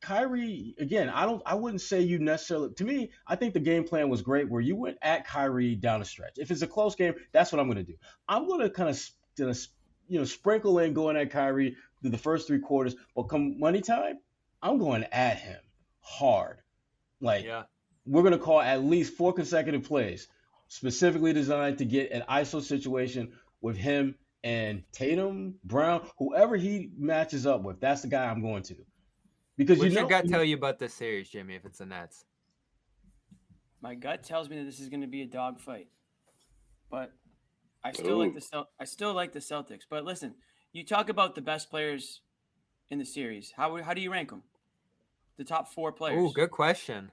C: Kyrie, again, I don't, I wouldn't say you necessarily. To me, I think the game plan was great, where you went at Kyrie down the stretch. If it's a close game, that's what I'm going to do. I'm going to kind of, gonna, s- you know, sprinkle in going at Kyrie through the first three quarters, but come money time, I'm going at him hard. Like
E: Yeah.
C: we're going to call at least four consecutive plays specifically designed to get an ISO situation with him and Tatum, Brown, whoever he matches up with. That's the guy I'm going to. Because
E: What's
C: you know,
E: your gut tell you about this series, Jimmy, if it's the Nets?
B: My gut tells me that this is going to be a dog fight, but I still like
D: Ooh.
B: the Cel- I still like the Celtics. But listen, you talk about the best players in the series. How would- how do you rank them? The top four players.
E: Oh, good question.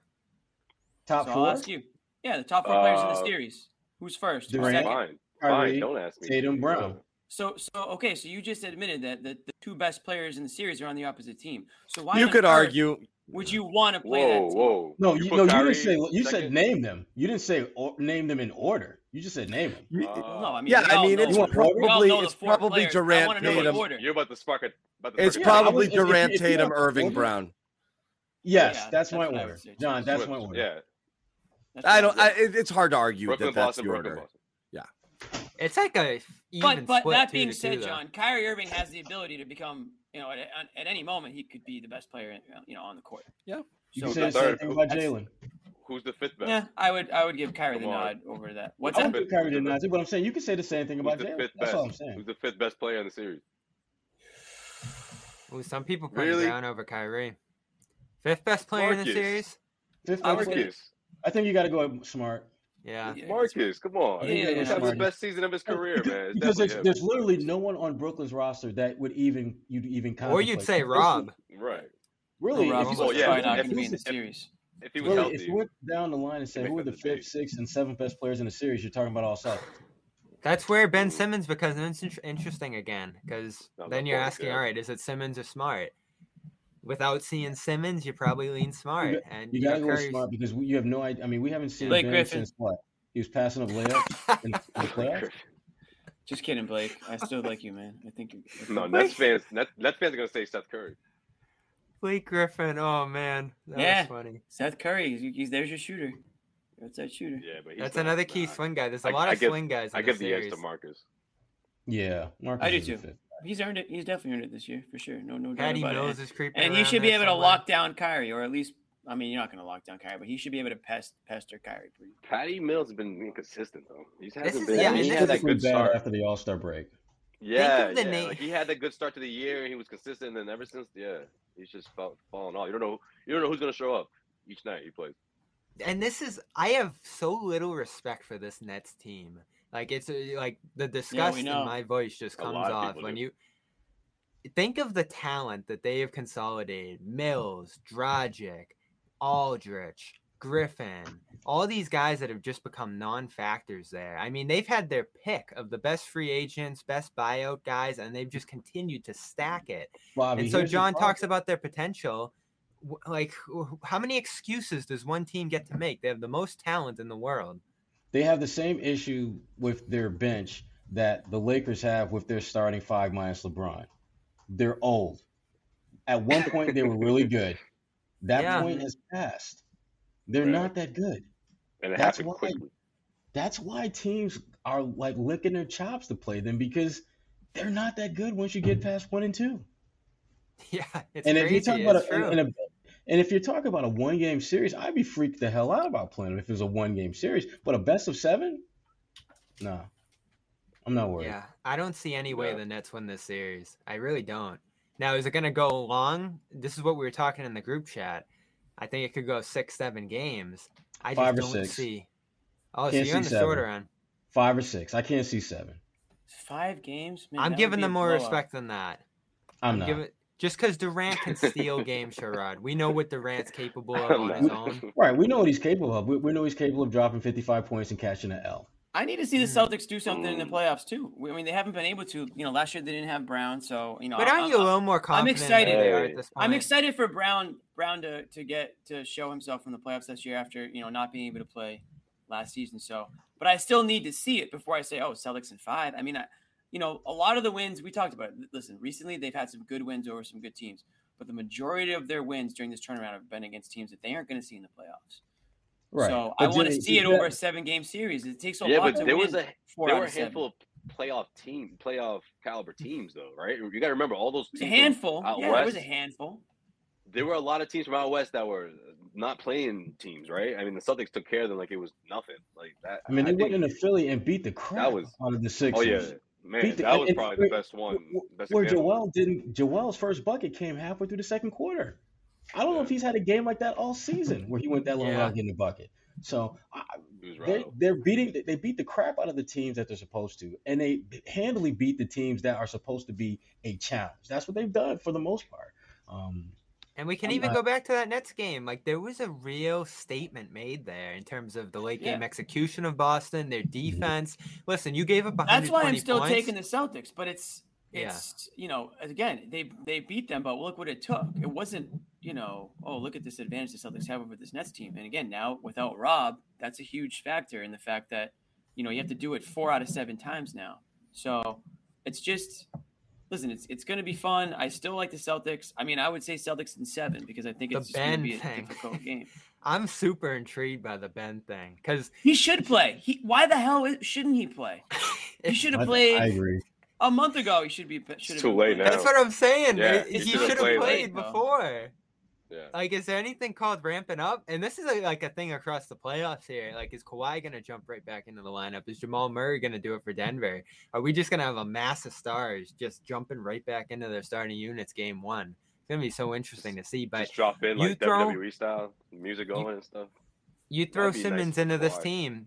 C: top
B: so I'll
C: four,
B: ask you. Yeah, the top four players in the
D: Uh,
B: series. Who's first? Who's
D: Yeah.
C: Durant.
B: second?
D: Fine, fine.
C: Kyrie,
D: Don't ask me.
C: Tatum, Brown.
B: So so okay. So you just admitted that the, the two best players in the series are on the opposite team. So why
A: you
B: on
A: could
B: earth
A: argue
B: Would you want to play
D: Whoa,
B: that? Team?
D: whoa.
C: No, you,
D: put
C: no, you
D: Kyrie
C: didn't say. You said
D: second?
C: name them. You didn't say or, name them in order. You just said name them.
A: you-
D: Uh,
B: No, I mean,
A: yeah,
B: we
A: I
B: all
A: mean,
B: know-
A: it's
B: we all know
A: probably-
B: the
A: it's
B: four
A: probably
B: players. I
A: Durant,
B: wanna know
D: You're
B: the
A: Tatum.
D: about,
B: order.
D: you're about to spark a. About to
A: it's
D: spark a-
C: Yeah, I would-
A: probably
C: if you- if
A: Durant,
C: you want
A: Tatum,
C: to
A: Irving,
C: order-
A: Brown.
C: Yes,
B: Yeah,
C: that's,
B: that's
C: my
B: what I
C: order,
B: would say, too.
C: John. That's my
D: Swift,
C: order.
D: Yeah,
B: That's
A: I
B: what
A: don't.
B: I'm
A: I,
B: saying.
A: it, it's hard to argue
D: Brooklyn,
A: that that's
D: Boston,
A: the
D: Brooklyn,
A: order.
D: Boston.
E: It's like a f- even
B: but but
E: split
B: that
E: two
B: being
E: to two,
B: said,
E: though.
B: John, Kyrie Irving has the ability to become, you know, at, at, at any moment he could be the best player, in, you know, on the court.
A: Yeah.
C: You
B: So
C: can say the
D: that's-
C: same thing about
B: that's-
C: Jalen.
D: Who's the fifth best?
B: yeah, I would I would give Kyrie the
D: Come on.
B: nod over that. What's
C: I
B: that?
C: would
D: Who's
C: give
D: the
C: Kyrie
D: fifth-
C: the Nazi, but I'm saying you can say the same thing
D: Who's
C: about
D: the
C: Jalen.
D: fifth
C: That's
D: best?
C: all I'm saying.
D: Who's the fifth best player in the series?
E: Ooh, some people putting
D: Really?
E: Brown over Kyrie. Fifth best player in the
D: Marcus.
E: series.
C: Fifth
B: I was
C: best?
B: gonna-
D: Marcus.
C: I think you got to go with smart
E: Yeah.
B: Yeah,
D: Marcus, come on.
B: Yeah, yeah,
D: He's
B: yeah.
D: having the best season of his career, man. It's
C: because there's,
D: definitely
C: there's literally no one on Brooklyn's roster that would even you'd even
E: Or you'd
C: contemplate.
E: say Rob.
D: him. Right.
C: Really,
B: Rob
C: if
B: is
C: you,
D: Well,
B: probably
D: Oh, yeah,
B: not
D: if
B: going to be
D: he's-
B: in the
D: if-
B: series.
D: If he was
C: really, if
D: healthy.
C: you went down the line and said
D: Make
C: who are the
D: that the date.
C: fifth, sixth, and seventh best players in the series, you're talking about all Celtics.
E: That's where Ben Simmons becomes in- interesting again, because
D: No,
E: then
D: that
E: you're
D: point,
E: asking,
D: yeah.
E: all right, is it Simmons or Smart? Without seeing Simmons, you probably lean Smart,
C: got-
E: and
C: You
E: you
C: got to
E: know,
C: go with
E: Curry's-
C: smart because we, you have no idea. I mean, we haven't seen
B: Blake
C: Ben
B: Griffin.
C: since what he was passing up layups in the in the playoffs.
B: Just kidding, Blake. I still like you, man. I think you. I think-
D: No, Nets fans, Nets, Nets fans are gonna say Steph Curry.
E: Blake Griffin. Oh man, that
B: Yeah.
E: was funny.
B: Seth Curry, he's, he's there's your shooter. That's that shooter.
D: Yeah, but he's
E: That's
D: not-
E: another key
D: nah.
E: swing guy. There's a
D: I-
E: lot
D: I
E: of
D: give-
E: swing guys. In
D: I
E: this
D: give the
E: series.
D: X to Marcus.
C: Yeah, Marcus
B: I do
C: is the
B: too.
C: fifth.
B: He's earned it. He's definitely earned it this year for sure. No, no doubt
E: Patty
B: about it.
E: Mills is creeping,
B: And he
E: around
B: should be
E: there
B: able to
E: somewhere.
B: lock down Kyrie, or at least, I mean, you're not going to lock down Kyrie, but he should be able to pest, pester Kyrie. pretty-
D: Patty Mills has been inconsistent though. He's hasn't
E: is-
D: been.
E: yeah,
D: he had
E: and this
D: that
E: is-
C: Typically
D: good
C: bad
D: start.
C: after the All Star break.
D: Yeah,
E: the
D: yeah.
E: name-
D: Like he had that good start to the year, and he was consistent. And then ever since, yeah, he's just felt falling off. You don't know. You don't know who's gonna show up each night he plays.
E: and this is I have so little respect for this Nets team. Like it's uh, like the disgust
B: know.
E: in my voice just
D: A
E: comes
D: lot of
E: off
D: people
E: when
D: do.
E: you think of the talent that they have consolidated: Mills, Dragic, Aldrich, Griffin, all these guys that have just become non-factors. There, I mean, they've had their pick of the best free agents, best buyout guys, and they've just continued to stack it
C: Bobby,
E: and so
C: here's the
E: John
C: problem.
E: talks about their potential. W- Like, wh- how many excuses does one team get to make? They have the most talent in the world.
C: they have the same issue with their bench that the Lakers have with their starting five minus LeBron. They're old. At one point, they were really good. That
E: Yeah.
C: point has passed. They're
D: Right.
C: not that good.
D: And it
C: That's
D: happened
C: why-
D: quickly.
C: That's why teams are like licking their chops to play them because they're not that good once you get past one and two.
E: Yeah, it's
C: And if
E: crazy.
C: you talk about
E: it's
C: a, and-
E: true.
C: and, a, and if you're talking about a one game series, I'd be freaked the hell out about playing them if it was a one game series. But a best of seven, nah, I'm not worried.
E: yeah, I don't see any way
D: Yeah.
E: the Nets win this series. I really don't. Now, is it going to go long? This is what we were talking in the group chat. I think it could go six, seven games. I just
C: Five or
E: don't
C: six.
E: see. Oh,
C: Can't
E: so you're
C: see
E: on the
C: seven.
E: shorter end.
C: Five or six. I can't see seven.
B: Five games. Man,
E: I'm
B: that would
E: giving
B: be a
E: them more
B: blowout.
E: respect than that.
C: I'm
E: I'm
C: not.
E: giving just because Durant can steal games, Sherrod. We know what Durant's capable of on
D: I'm
E: his
D: not.
E: own.
C: Right. We know what he's capable of. We, we know he's capable of dropping 55 points and catching an L.
B: I need to see the
E: Mm.
B: Celtics do something in the
D: Mm.
B: playoffs too. We- I mean, they haven't been able to. You know, last year they didn't have Brown, so you know.
E: But
B: I-
E: aren't you a
B: I-
E: little more confident? than
B: excited.
E: they are at
D: Hey.
E: this
B: I'm
E: point?
B: excited for Brown Brown to, to get to show himself in the playoffs this year after you know not being able to play last season. So, but I still need to see it before I say, oh, Celtics in five. I mean, I, you know, a lot of the wins we talked about. It. Listen, recently they've had some good wins over some good teams, but the majority of their wins during this turnaround have been against teams that they aren't going to see in the playoffs.
C: Right.
B: So I
C: But
B: want to
C: Jimmy,
B: see it
C: that-
B: over a seven game series. It takes a
D: yeah,
B: lot.
D: but
B: to
D: there
B: win
D: was a
B: four
D: there
B: out
D: were a
B: of seven.
D: handful of playoff team, playoff caliber teams, though, right? You got to remember all those
B: It was
D: teams.
B: a
D: were-
B: handful.
D: out
B: Yeah, it was a
D: west.
B: handful.
D: there were a lot of teams from out west that were not playing teams, right? I mean, the Celtics took care of them like it was nothing, like that.
C: I mean, they
D: think-
C: went into Philly and beat the crap
D: was-
C: out of the
D: Oh
C: Sixers.
D: yeah, man,
C: Beat the-
D: that was
C: and-
D: probably
C: where-
D: the best one.
C: wh-
D: Best
C: where
D: example.
C: Joel didn't. Joel's first bucket came halfway through the second quarter. I don't know
D: Yeah.
C: if he's had a game like that all season where he went that long
E: Yeah.
C: without getting a bucket. So I,
D: He was
C: they,
D: rattled.
C: they're beating. they- They beat the crap out of the teams that they're supposed to, and they handily beat the teams that are supposed to be a challenge. That's what they've done for the most part. Um,
E: And we can
C: I'm
E: even
C: not-
E: go back to that Nets game. Like there was a real statement made there in terms of the late game
B: Yeah.
E: execution of Boston, their
D: Mm-hmm.
E: defense. Listen, you gave up.
B: That's why I'm
E: 120
B: still
E: points.
B: taking the Celtics, but it's
E: Yeah.
B: it's you know again they they beat them, but look what it took. It wasn't you know oh look at this advantage the Celtics have over this Nets team, and again now without Rob, that's a huge factor in the fact that you know you have to do it four out of seven times now. So it's just listen, it's it's going to be fun. I still like the Celtics. I mean, I would say Celtics in seven because I think
E: The
B: it's just going to
E: Ben
B: be a
E: thing.
B: difficult game.
E: I'm super intrigued by the Ben thing because
B: He should play. He why the hell is, shouldn't he play? He should
C: I,
B: have played.
C: I agree.
B: A month ago, he should be. Should have
D: too
B: been
D: late
B: playing.
D: now.
E: that's what I'm saying.
D: Yeah,
E: man.
D: you
E: he
D: should've
E: should have
D: played
E: played,
B: late, though.
E: before.
D: Yeah.
E: Like, is there anything called ramping up? And this is like, like a thing across the playoffs here. Like, is Kawhi going to jump right back into the lineup? Is Jamal Murray going to do it for Denver? Are we just going to have a mass of stars just jumping right back into their starting units game one? It's going to be so interesting to see. But
D: Just drop in
E: you
D: like
E: throw-
D: WWE style, music going and stuff.
E: you throw
D: be nice
E: Simmons
D: to
E: into this
D: watch.
E: team,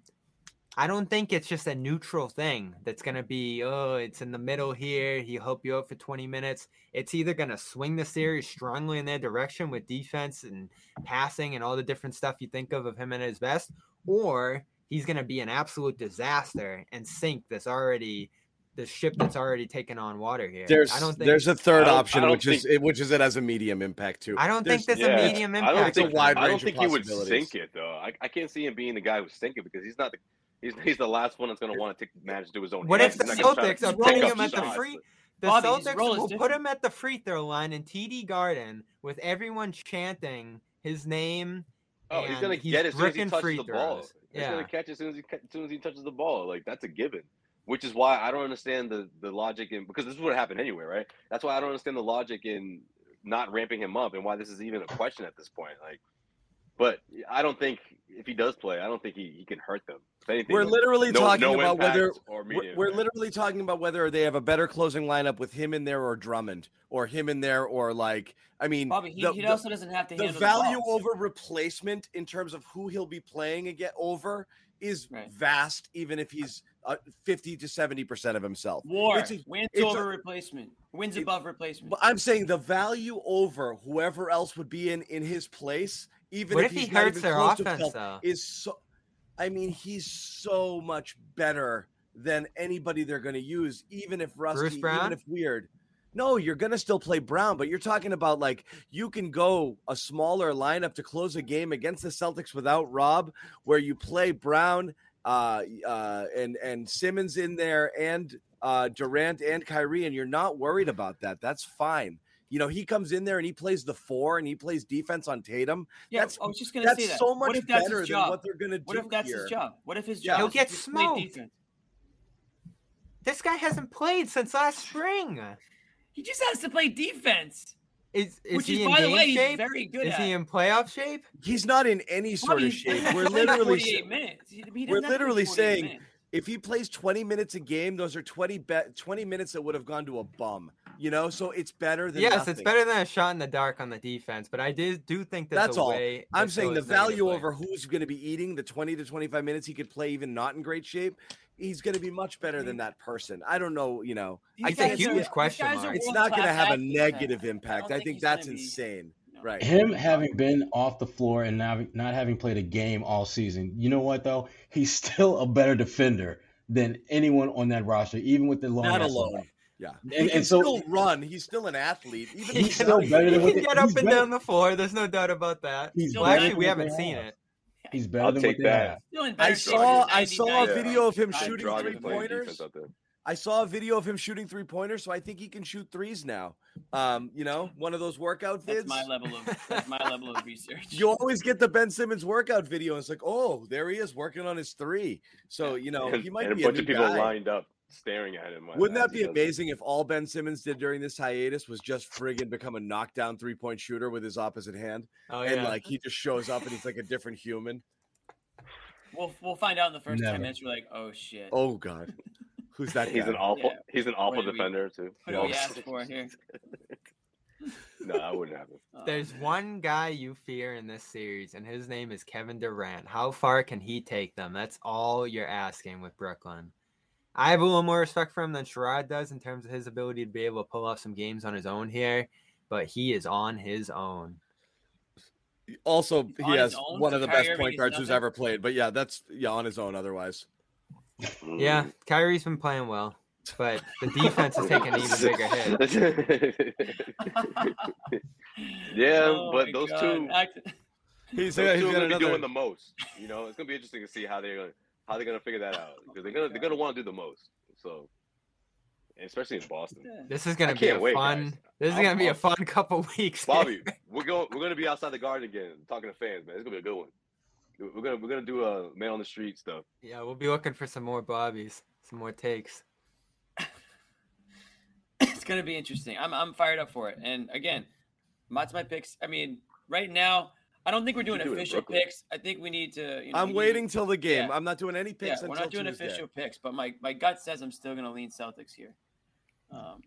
E: I don't think it's just a neutral thing that's going to be, oh, it's in the middle here. He'll help you out for 20 minutes. It's either going to swing the series strongly in their direction with defense and passing and all the different stuff you think of of him at his best, or he's going to be an absolute disaster and sink this already. The ship that's already taken on water here.
A: There's
E: I don't think
A: there's a third
D: I don't- I
A: option,
D: don't
A: which is it, which is it has a medium impact too.
E: I don't think
A: there's-
E: there's
D: yeah,
E: a
D: it's-
E: medium
D: I
E: impact.
D: don't
A: It's a
D: think
A: wide
D: I don't
A: range of
D: think he would
A: possibilities.
D: sink it though. I, I can't see him being the guy who sink it because he's not the he's, he's the last one that's going to want to take manage to his own.
E: What
D: hands.
E: if
B: Yes,
E: the
D: He's not gonna try
E: Celtics
D: to
E: are
D: pick
E: putting
D: up
E: him at the
D: shots,
E: free?
D: but-
E: The
B: Bobby, his
E: Celtics
B: role is
E: will put
B: different.
E: him at the free throw line in TD Garden with everyone chanting his name.
D: Oh, he's gonna
E: and he's
D: get it as soon as he
E: bricking
D: touches
E: free
D: the ball.
E: throws.
D: He's gonna
E: Yeah.
D: catch it as soon as he ca- as soon as he touches the ball. Like that's a given. Which is why I don't understand the the logic in because this is what happened anyway, right? That's why I don't understand the logic in not ramping him up and why this is even a question at this point. Like, but I don't think if he does play, I don't think he, he can hurt them. If anything,
A: We're literally
D: no-
A: talking
D: no
A: about
D: impact
A: whether
D: or
A: we're,
D: medium
A: we're
D: impact.
A: literally talking about whether they have a better closing lineup with him in there or Drummond or him in there or like I mean
B: Bobby, he,
A: the-
B: he
A: the-
B: also doesn't have to
A: the
B: handle
A: value
B: the ball.
A: over replacement in terms of who he'll be playing again over is
B: Right.
A: vast, even if he's uh, 50 to 70 percent of himself.
B: war
A: It's a-
B: wins
A: it's a-
B: over replacement, wins
A: it-
B: above replacement.
A: But I'm saying the value over whoever else would be in in his place, even
E: What
A: if,
E: if he
A: he's not
E: hurts
A: even
E: their
A: close to
E: offense
A: himself,
E: though?
A: is so. I mean, he's so much better than anybody they're going to use, even if Rusty,
E: Brown?
A: even if Weird. No, you're going to still play Brown, but you're talking about like you can go a smaller lineup to close a game against the Celtics without Rob, where you play Brown uh, uh, and and Simmons in there and uh, Durant and Kyrie, and you're not worried about that. That's fine. You know, he comes in there and he plays the four and he plays defense on Tatum.
B: yeah,
A: that's-
B: I was just gonna
A: That's
B: say that.
A: so much
B: what if that's
A: better
B: his
A: than
B: job?
A: what they're going to do.
B: what if that's
A: here.
B: his job? What if his
A: Yeah.
B: job?
A: He'll
B: is
E: get
B: to play
E: smoked.
B: defense?
E: This guy hasn't played since last spring.
B: He just has to play defense,
E: Is is
B: which is
E: he in
B: by the
E: game
B: way he's
E: shape?
B: very good
E: Is
B: at.
E: he in playoff shape?
A: He's not in any sort
B: Bobby,
A: of
B: he's been
A: shape.
B: in
A: We're
B: the league for
A: literally
B: 48
A: sa-
B: minutes. He- he
A: we're
B: doesn't have to play
A: literally
B: 48
A: saying-
B: minutes.
A: if he plays 20 minutes a game, those are 20 bet 20 minutes that would have gone to a bum. You know, so it's better than
E: Yes, it's
A: nothing.
E: better than a shot in the dark on the defense, but I did do think that's,
A: That's
E: a
A: all.
E: way.
A: I'm
E: that
A: saying the
E: goes
A: value
E: negatively.
A: over who's going to be eating the 20 to 25 minutes he could play, even not in great shape. He's going to be much better than that person. I don't know, you know, I
E: It's a
A: think
B: guys are-
E: huge
A: it's-
E: question
B: guys are
E: mark.
A: it's
B: world
A: not going to
B: class
A: have a
B: athletes, man.
A: negative impact. I
B: think
A: think,
B: he's gonna
A: that's
B: be-
A: insane,
B: No.
A: right?
C: Him having been off the floor and not, not having played a game all season, you know what though? He's still a better defender than anyone on that roster, even with the long.
A: Not
C: ass
A: alone.
C: line.
A: Yeah,
C: And-
A: he can
C: and so-
A: still run. He's still an athlete. Even
E: He's
A: if
E: still
A: not-
C: better than
E: He
C: what
E: can
C: they-
E: get up
C: he's
E: and
C: better-
E: down the floor. There's no doubt about that.
C: He's
E: Well,
B: better
E: actually,
B: than
E: we
C: what
E: haven't
C: they
E: seen
C: have.
E: it.
C: He's better
D: I'll
C: than
D: take
C: what they
D: that.
C: have.
B: Still in
A: I
B: better shape
A: saw
B: than
A: I saw a
B: 99.
A: video of him
B: Yeah.
A: shooting
D: Dragic
A: three
D: playing
A: pointers.
D: defense out there.
A: I saw a video of him shooting three pointers, so I think he can shoot threes now. Um, you know, one of those workout
B: That's
A: vids.
B: my level of that's my level of research.
A: you always get the Ben Simmons workout video. And it's like, oh, there he is working on his three. So you know
D: and,
A: he might
D: and
A: be
D: a bunch
A: new
D: of people
A: guy.
D: lined up staring at him.
A: Wouldn't
D: as
A: that
D: he
A: be
D: does it.
A: amazing if all Ben Simmons did during this hiatus was just friggin' become a knockdown three point shooter with his opposite hand,
E: Oh
A: and
E: yeah.
A: like he just shows up and he's like a different human?
B: We'll we'll find out in the first
C: Never.
B: ten minutes. We're like, oh shit.
A: Oh God, who's that?
D: He's
A: guy?
D: an awful.
B: Yeah.
D: He's an awful
B: What did we-
D: defender too.
B: what did we ask for here?
D: no, that wouldn't happen.
B: Oh,
E: There's
B: man.
E: one guy you fear in this series, and his name is Kevin Durant. How far can he take them? That's all you're asking with Brooklyn. I have a little more respect for him than Sherrod does in terms of his ability to be able to pull off some games on his own here, but he is on his own.
A: Also, he
B: on his
A: has
B: own?
A: one of the
B: Kyrie
A: best
B: Irving
A: point
B: is
A: guards who's
B: nothing?
A: ever played. But yeah, that's yeah on his own. Otherwise,
E: Yeah,
D: Mm.
E: Kyrie's been playing well, but the defense is taking an even bigger hit.
D: Yeah,
B: Oh
D: but
B: my
D: those
B: God.
D: two-
B: Act-
A: he's,
D: Those
A: he's
D: two
A: got
D: are going to be
A: another.
D: doing the most. You know, it's going to be interesting to see how they're going to how they're going to figure that out because they're
B: my
D: going to they're
B: God.
D: going to want to do the most. So, especially in Boston,
E: This is gonna
D: I
E: be
D: can't
E: a
D: wait,
E: fun.
D: guys.
E: This is
D: I'm-
E: gonna be a
D: I'm-
E: fun couple weeks.
D: Bobby, we're going we're going to be outside the garden again, talking to fans, man. It's going to be a good one. We're gonna we're gonna do a man on the street stuff.
E: yeah, we'll be looking for some more Bobbies, some more takes.
B: it's gonna be interesting. I'm I'm fired up for it. And again, that's my picks. I mean, right now, I don't think we're
D: You
B: doing
D: do it in
B: official
D: Brooklyn.
B: picks. I think we need to. You know, we
A: I'm
B: need-
A: waiting till the game.
B: Yeah.
A: I'm not doing any
B: Yeah,
A: picks until
B: we're not doing
A: Tuesday.
B: official picks, but my my gut says I'm still gonna lean Celtics here. Um,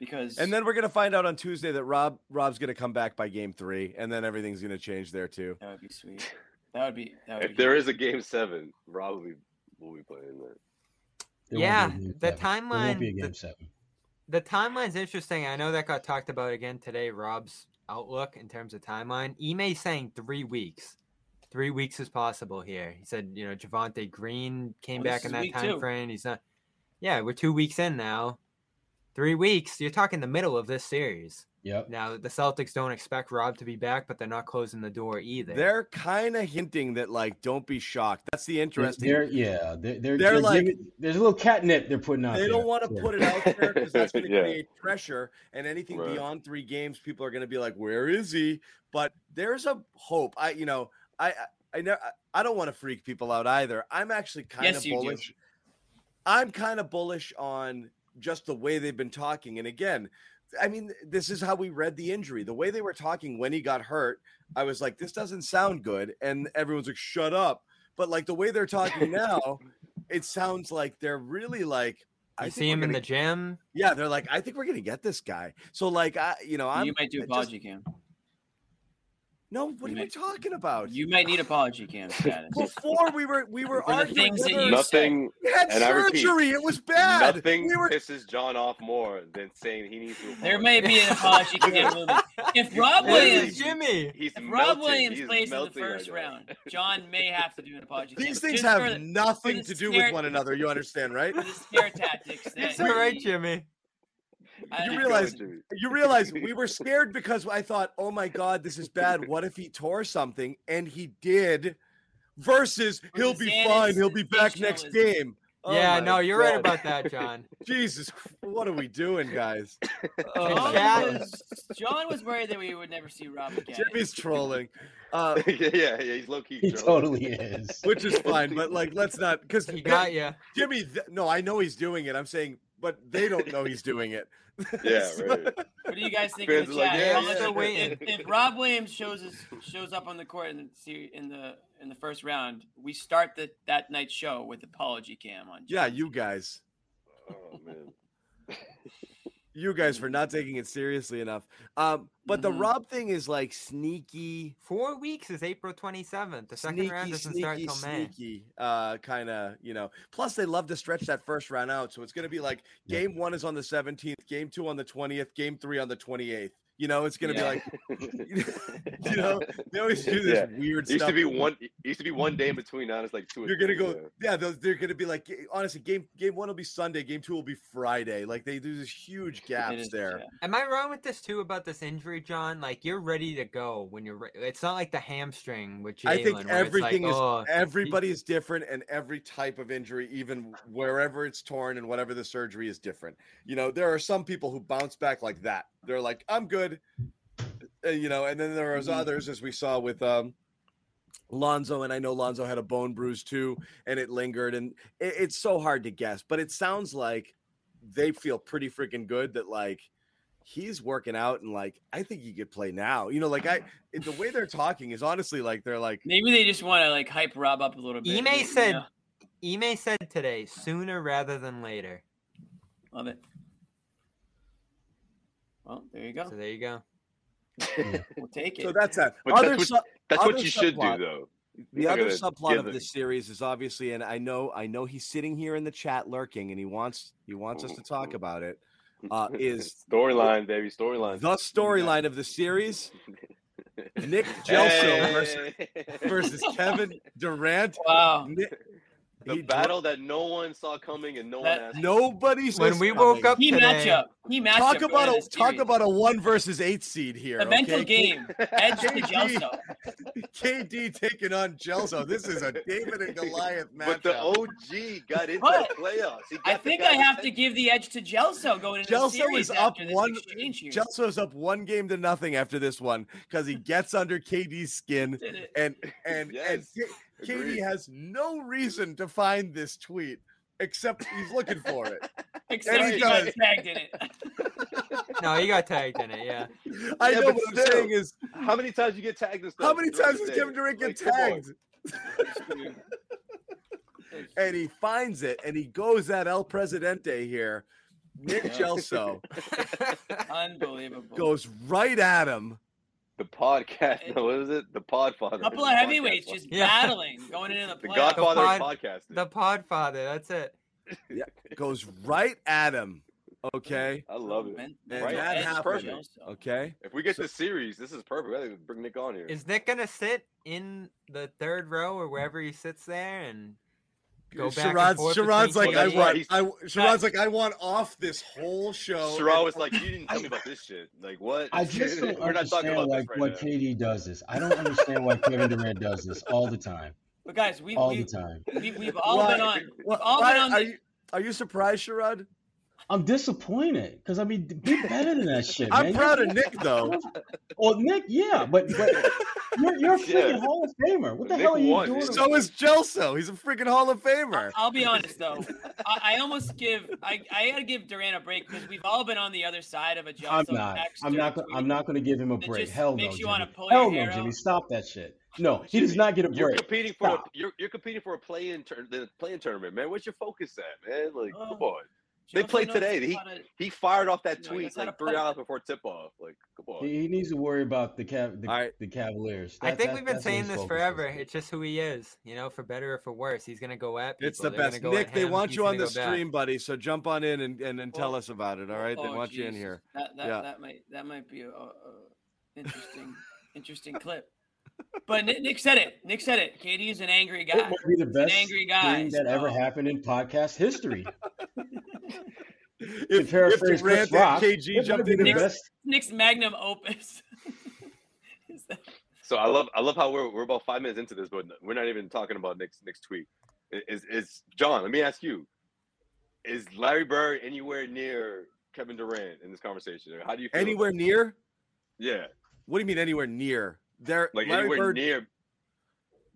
B: because
A: And then we're gonna find out on Tuesday that Rob Rob's gonna come back by game three, and then everything's gonna change there too.
B: that would be sweet. That would be that would
D: If
B: be
D: there is a game seven, probably will be playing that.
C: There won't
E: yeah,
C: be a game
E: the
C: seven. There won't be a
E: timeline.
C: game
E: The,
C: seven.
E: the timeline's interesting. I know that got talked about again today. Rob's outlook in terms of timeline. Ime saying three weeks. Three weeks is possible here. He said, you know, Javante Green came
B: Well,
E: back
B: this
E: in
B: is
E: that
B: week
E: time
B: two.
E: frame. He's not. Yeah, we're two weeks in now. Three weeks. You're talking the middle of this series.
C: Yep.
E: Now the Celtics don't expect Rob to be back, but they're not closing the door either.
A: They're kind of hinting that like, don't be shocked. That's the interesting.
C: They're, yeah, they're, they're,
A: They're
C: they're
A: like-
C: giving- there's a little catnip they're putting out.
A: they
C: there.
A: don't want to
C: Yeah.
A: put it out there because that's going to
D: Yeah.
A: create pressure. And anything
D: Right.
A: beyond three games, people are going to be like, "Where is he?" But there's a hope. I, you know, I, I, I never, I- I don't want to freak people out either. I'm actually kind
B: Yes,
A: of
B: you do.
A: bullish. I'm kind of bullish on just the way they've been talking. And again, I mean, this is how we read the injury. The way they were talking when he got hurt, I was like, this doesn't sound good. And everyone's like, shut up. But like the way they're talking now, it sounds like they're really like,
E: You
A: I
E: see
A: think
E: him
A: we're
E: in
A: gonna,
E: the gym.
A: yeah, they're like, I think we're gonna get this guy. So like, I, you know, I'm
B: you might do
A: I just-
B: apology cam.
A: no. What
B: you
A: are we
B: might-
A: talking about?
B: You might need apology cam status.
A: Before we were we were
B: For the
A: arguing
B: things that
A: whether
B: you said.
D: Nothing
A: he had
D: and I repeat,
A: surgery. it was bad.
D: Nothing
A: we were
D: pisses John off more than saying he needs to.
B: There
D: apologize.
B: may be an apology cam movement. If Rob
D: What is
B: Williams
D: it?
E: Jimmy?
D: He's
B: if Rob
D: melting.
B: Williams
D: He's
B: plays in the
D: melting right
B: first
D: now.
B: round, John may have to do an apology cam.
A: These things
B: just
A: have
B: for the-
A: nothing
B: the
A: to do
B: scare-
A: with one another. You understand, right?
B: for the scare tactics. That
E: It's all right,
B: he-
E: Jimmy.
B: I-
A: You
B: I-
A: realize-
B: listen,
D: Jimmy.
A: You realize we were scared because I thought, oh my God, this is bad. What if he tore something? And he did, versus
B: With
A: he'll
B: the
A: be
B: Xanax
A: fine.
B: and
A: He'll be back next
B: sensationalism.
A: game. Oh
E: yeah,
A: my
E: no, you're right
A: God.
E: about that, John.
A: Jesus, Christ, what are we doing, guys?
E: Oh,
B: John
E: Jack-
B: was, John was worried that we would never see Rob again.
A: Jimmy's trolling. Uh,
D: yeah, yeah, yeah, he's low key.
C: He totally is.
A: which is fine, but like, let's not because
E: he got you.
A: Jimmy. Th- no, I know he's doing it. I'm saying, but they don't know he's doing it.
D: Yeah, right.
B: What do you guys think
D: Fans
B: in the
D: are like,
B: chat?
E: yeah,
B: Y'all
E: yeah,
B: listen,
E: yeah. waiting.
B: If, if Rob Williams shows us, shows up on the court in the se- in the in the first round, we start the that night's show with apology cam on.
A: Yeah,
B: John.
A: you guys.
D: Oh man.
A: you guys for not taking it seriously enough. Um, but the
B: Mhm.
A: Rob thing is like sneaky,
E: Four weeks is April 27th. The second round
A: sneaky,
E: doesn't
A: sneaky,
E: start till May.
A: sneaky, uh, kind of, you know. Plus, they love to stretch that first round out. So it's going to be like
C: Yeah.
A: game one is on the 17th, game two on the 20th, game three on the 28th. You know, it's going to
B: Yeah.
A: be like, you know, they always do this weird
D: It used
A: stuff.
D: to be one. It used to be one day in between. Now it's like two. or
A: You're gonna
D: three,
A: go, yeah. they'll- They're gonna be like, honestly, game game one will be Sunday, game two will be Friday. Like they do these huge
B: It
A: gaps
B: is,
A: there.
B: yeah.
E: Am I wrong with this too about this injury, John? Like you're ready to go when you're. Re- it's not like the hamstring, which
A: I think everything
E: like,
A: is
E: oh,
A: Everybody is different, and every type of injury, even wherever it's torn and whatever the surgery is different. You know, there are some people who bounce back like that. They're like, I'm good. uh, you know, and then there was
B: Mhm.
A: others, as we saw with um, Lonzo, and I know Lonzo had a bone bruise too, and it lingered. And it, it's so hard to guess, but it sounds like they feel pretty freaking good that like he's working out and like I think he could play now. You know, like I the way they're talking is honestly like they're like
B: Maybe they just want to like hype Rob up a little bit.
E: Ime
B: you
E: said-
B: know?
E: Ime said today, sooner rather than later.
B: "Love it." Well, there you
E: So
B: go.
E: there you go.
D: yeah.
B: We'll take it.
A: so that's that.
D: But
A: Other
D: that's
A: su-
D: That's what
A: Other
D: you should do,
A: subplot.
D: though.
A: the
D: Look at
A: other
D: it.
A: subplot
D: Yeah,
A: of
D: the-
A: this series is obviously and i know i know he's sitting here in the chat lurking and he wants he wants us to
D: Mm-hmm.
A: talk about it uh, is-
D: storyline, baby, storyline.
A: the storyline of the series nick gelso versus, versus kevin durant
B: wow.
A: Ni-
D: the
A: he dro-
D: battle that no one saw coming and no
B: That-
D: one asked.
A: nobody
E: When
A: says
E: we woke
A: coming.
E: up
B: He
E: today,
B: matchup. He matchup.
A: talk
B: going
A: about
B: into
A: a
B: this
A: talk
B: series.
A: about a one versus eight seed here
B: the mental
A: okay?
B: game. Edge to Gelso.
A: kd taking on gelso this is a david and goliath match
D: But the OG got into
B: But
D: the playoffs. He got
B: I
D: the
B: think
D: guy
B: I
D: with
B: have to
D: ten-
B: give the edge to Gelso going into
A: Gelso
B: the
A: is
B: series
A: up
B: after this
A: one-
B: exchange here.
A: Gelso's up one game to nothing after this one because he gets under KD's skin
B: Did it.
A: and and
D: Yes,
A: and K-
D: Agreed.
A: KD has no reason to find this tweet except he's looking for it.
B: Except
A: he
B: he got
A: does.
B: tagged in it.
E: No, he got tagged in it. Yeah.
A: I
D: Yeah,
A: know
D: but
A: what I'm
D: still,
A: saying is
D: How many times you get tagged and stuff?
A: how many
D: throughout
A: times
D: the
A: does
D: day?
A: Kevin Durant get
D: Like, come on.
A: tagged? and he finds it and he goes at El Presidente here. Nick
B: Yeah.
A: Gelso
B: Unbelievable.
A: goes right at him.
D: The podcast. No, what is it? The Podfather.
B: couple
D: The
B: of heavyweights
D: podcast
B: just
E: Yeah.
B: battling going into
D: one. The
B: the playoffs.
D: Godfather of
E: Pod-
D: podcasting.
E: the Podfather. That's it.
A: Goes right at him. Okay.
D: I love it.
B: Man,
A: And
B: man,
A: that
B: Edge to
A: happened.
B: Gelso.
A: Okay.
D: If we get
A: So-
D: this series, this is perfect. I think we bring Nick on here.
E: Is Nick gonna sit in the third row or wherever he sits there and go back and
A: Sherrod's,
E: forth
A: Sherrod's like
E: between
A: I
D: KD.
A: want.
D: He's-
A: I Sherrod's like I want off this whole show.
D: Sherrod
A: and-
D: was like, "You didn't tell me about this shit. Like what?
C: I just don't
D: We're not talking
C: understand
D: about
C: like
D: this right
C: why
D: now."
C: KD does this. I don't understand why Kevin Durant does this all the time.
B: But guys, we,
C: All
B: we,
C: the time.
B: we, we've all
A: Why?
B: been on.
A: Well,
B: all
A: why-
B: been on
A: are
B: the-
A: you are you surprised, Sherrod?
C: I'm disappointed because I mean, be better than that shit.
A: I'm
C: man.
A: proud
C: You're-
A: of Nick though.
C: Well, Nick, yeah, but but you're, you're a freaking
D: Yeah.
C: Hall of Famer. What the
D: Nick
C: hell are you
D: won,
C: doing?
D: dude.
A: So is Gelso. He's a freaking Hall of Famer.
B: I'll be honest though, I, I almost give I, I gotta give Durant a break because we've all been on the other side of a Gelso
C: I'm not.
B: text
C: I'm
B: or
C: not.
B: a
C: Gonna,
B: tweet
C: I'm not going to give him a
B: that
C: break.
B: just
C: Hell no,
B: makes you
C: Jimmy.
B: wanna pull
C: Hell
B: your
C: no,
B: hair
C: Jimmy.
B: out.
C: Stop that shit. No, he does
D: Jimmy,
C: not get a
D: You're
C: break.
D: competing for a,
C: Stop.
D: you're you're competing for a play in tur- the play in tournament, man. Where's your focus at, man? Like,
B: Oh.
D: come on.
B: Gelso
D: They played
B: knows
D: today. He-
B: how to-
D: He fired off that
B: No,
D: tweet
B: that's not
D: like
B: a
D: three
B: play.
D: hours before tip off. Like, come on.
C: He, he needs to worry about the Cav, the,
A: All right.
C: the Cavaliers.
E: I
C: That-
E: think
C: that-
E: we've been
C: that's what
E: saying
C: his
E: this
C: focus is.
E: forever. It's just who he is, you know, for better or for worse. He's gonna go at people.
A: It's the
E: They're gonna
A: best.
E: go at
A: Nick, they
E: him,
A: want
E: he's
A: you
E: gonna
A: on the
E: go back.
A: stream, buddy. So jump on in and and, and tell
B: Well-
A: us about it. All right, they
B: Oh,
A: want you in
B: Jesus.
A: here.
B: That that,
A: Yeah.
B: that might that might be a, a a interesting interesting clip. But Nick, Nick said it. Nick said it. KD is an angry
C: It
B: guy.
C: might be the best
B: angry guy,
C: thing that ever
B: so-
C: happened in podcast history.
A: If, if
C: paraphrase Chris
A: Durant
C: Rock,
A: and KG
C: It might
A: jumped
C: be
A: in,
C: the
B: Nick's-
C: best.
B: Nick's magnum opus. Is that-
D: So I love I love how we're, we're about five minutes into this, but we're not even talking about Nick's next tweet. I- Is is John? Let me ask you: Is Larry Bird anywhere near Kevin Durant in this conversation? How do you feel?
A: anywhere near?
D: Yeah,
A: What do you mean anywhere near? There,
D: like
A: Larry
D: anywhere
A: Bird.
D: near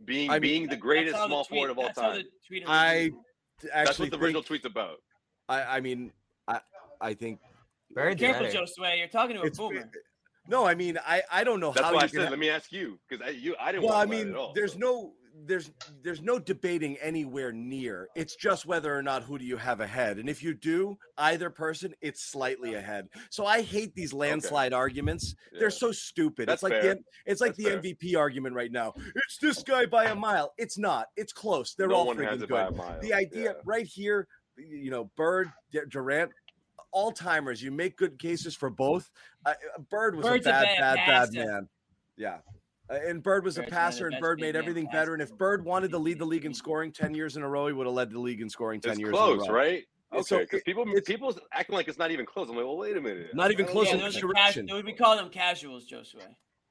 D: being
A: I mean-
D: being the greatest
B: that's how
D: small
B: tweet-
D: forward of all
B: that's how
D: time.
B: the tweet
A: I
B: originated.
D: That's what
A: actually
D: the original
A: think-
D: tweet's about.
A: I, I mean, I I think
E: Bird's
B: Careful,
E: better.
B: Joe Sway. You're talking to a
A: It's-
B: boomer.
A: no. I mean, I I don't know
D: That's
A: how
D: why I
A: you
D: said,
A: can.
D: let me ask you, because I you I didn't.
A: well, I
D: want to lie at
A: mean,
D: all,
A: there's
D: so.
A: no there's there's no debating anywhere near. It's just whether or not who do you have ahead. And if you do, either person, it's slightly ahead. So I hate these landslide arguments.
D: Yeah.
A: They're so stupid. it's
D: That's
A: like
D: fair.
A: the it's like
D: That's fair.
A: the MVP argument right now. It's this guy by a mile. It's not. It's close. They're
D: no
A: all
D: one has
A: freaking
D: it by
A: good
D: a mile.
A: the idea
D: Yeah.
A: right here, you know, Bird, D- Durant, all timers. You make good cases for both. Uh, Bird was
B: Bird's
A: a
B: a
A: bad,
B: bad
A: bad, bad,
B: passer.
A: man. Yeah. Uh, and Bird was
B: Bird's
A: a
B: one of the
A: passer, and
B: best
A: Bird
B: big
A: made
B: man
A: everything better. And
B: passers.
A: if Bird wanted to lead the league in scoring ten years in a row, he would have led the league in scoring ten
D: It's
A: years. in
D: close,
A: a row.
D: right? Okay,
A: So
D: because
A: it-
D: people
A: it's-
D: people's acting like it's not even close. I'm like, well, wait a minute.
A: Not even
D: I don't
A: close
D: know.
A: in
B: those
A: which
B: are
A: direction?
B: Cas- we call them casuals, Josue.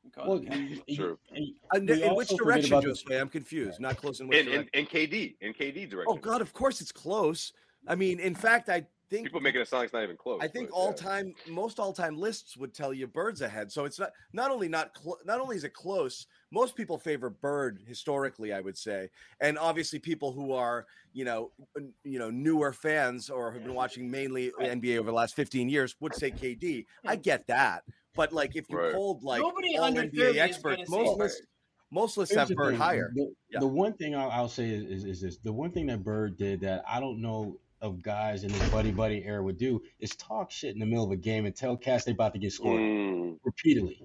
B: We call
C: Well,
B: them casuals.
D: True.
C: you-
A: And
C: We
A: in which
C: also forget
A: direction,
C: about the-
A: Jose? I'm confused. Not close in which
D: In, in,
A: direction?
D: in KD, in KD direction.
A: Oh God, of course it's close. I mean, in fact, I think
D: People making it sound like it's not even close.
A: I think
D: but,
A: all
D: yeah.
A: time, most all time lists would tell you Bird's ahead. So it's not not only not clo not only is it close. Most people favor Bird historically, I would say, and obviously people who are you know n- you know newer fans or have been watching mainly NBA over the last fifteen years would say KD. I get that, but like if you
D: Right.
A: polled like
B: Nobody
A: all
B: under 30
A: NBA
B: is
A: experts,
B: gonna say
A: most lists
B: Bird.
A: most lists
C: here's
A: have
C: the
A: Bird
C: thing,
A: higher.
C: The,
A: Yeah.
C: the one thing I'll, I'll say is, is, is this: the one thing that Bird did that I don't know of guys in this buddy buddy era would do is talk shit in the middle of a game and tell Cass they about to get scored
D: Mm.
C: repeatedly,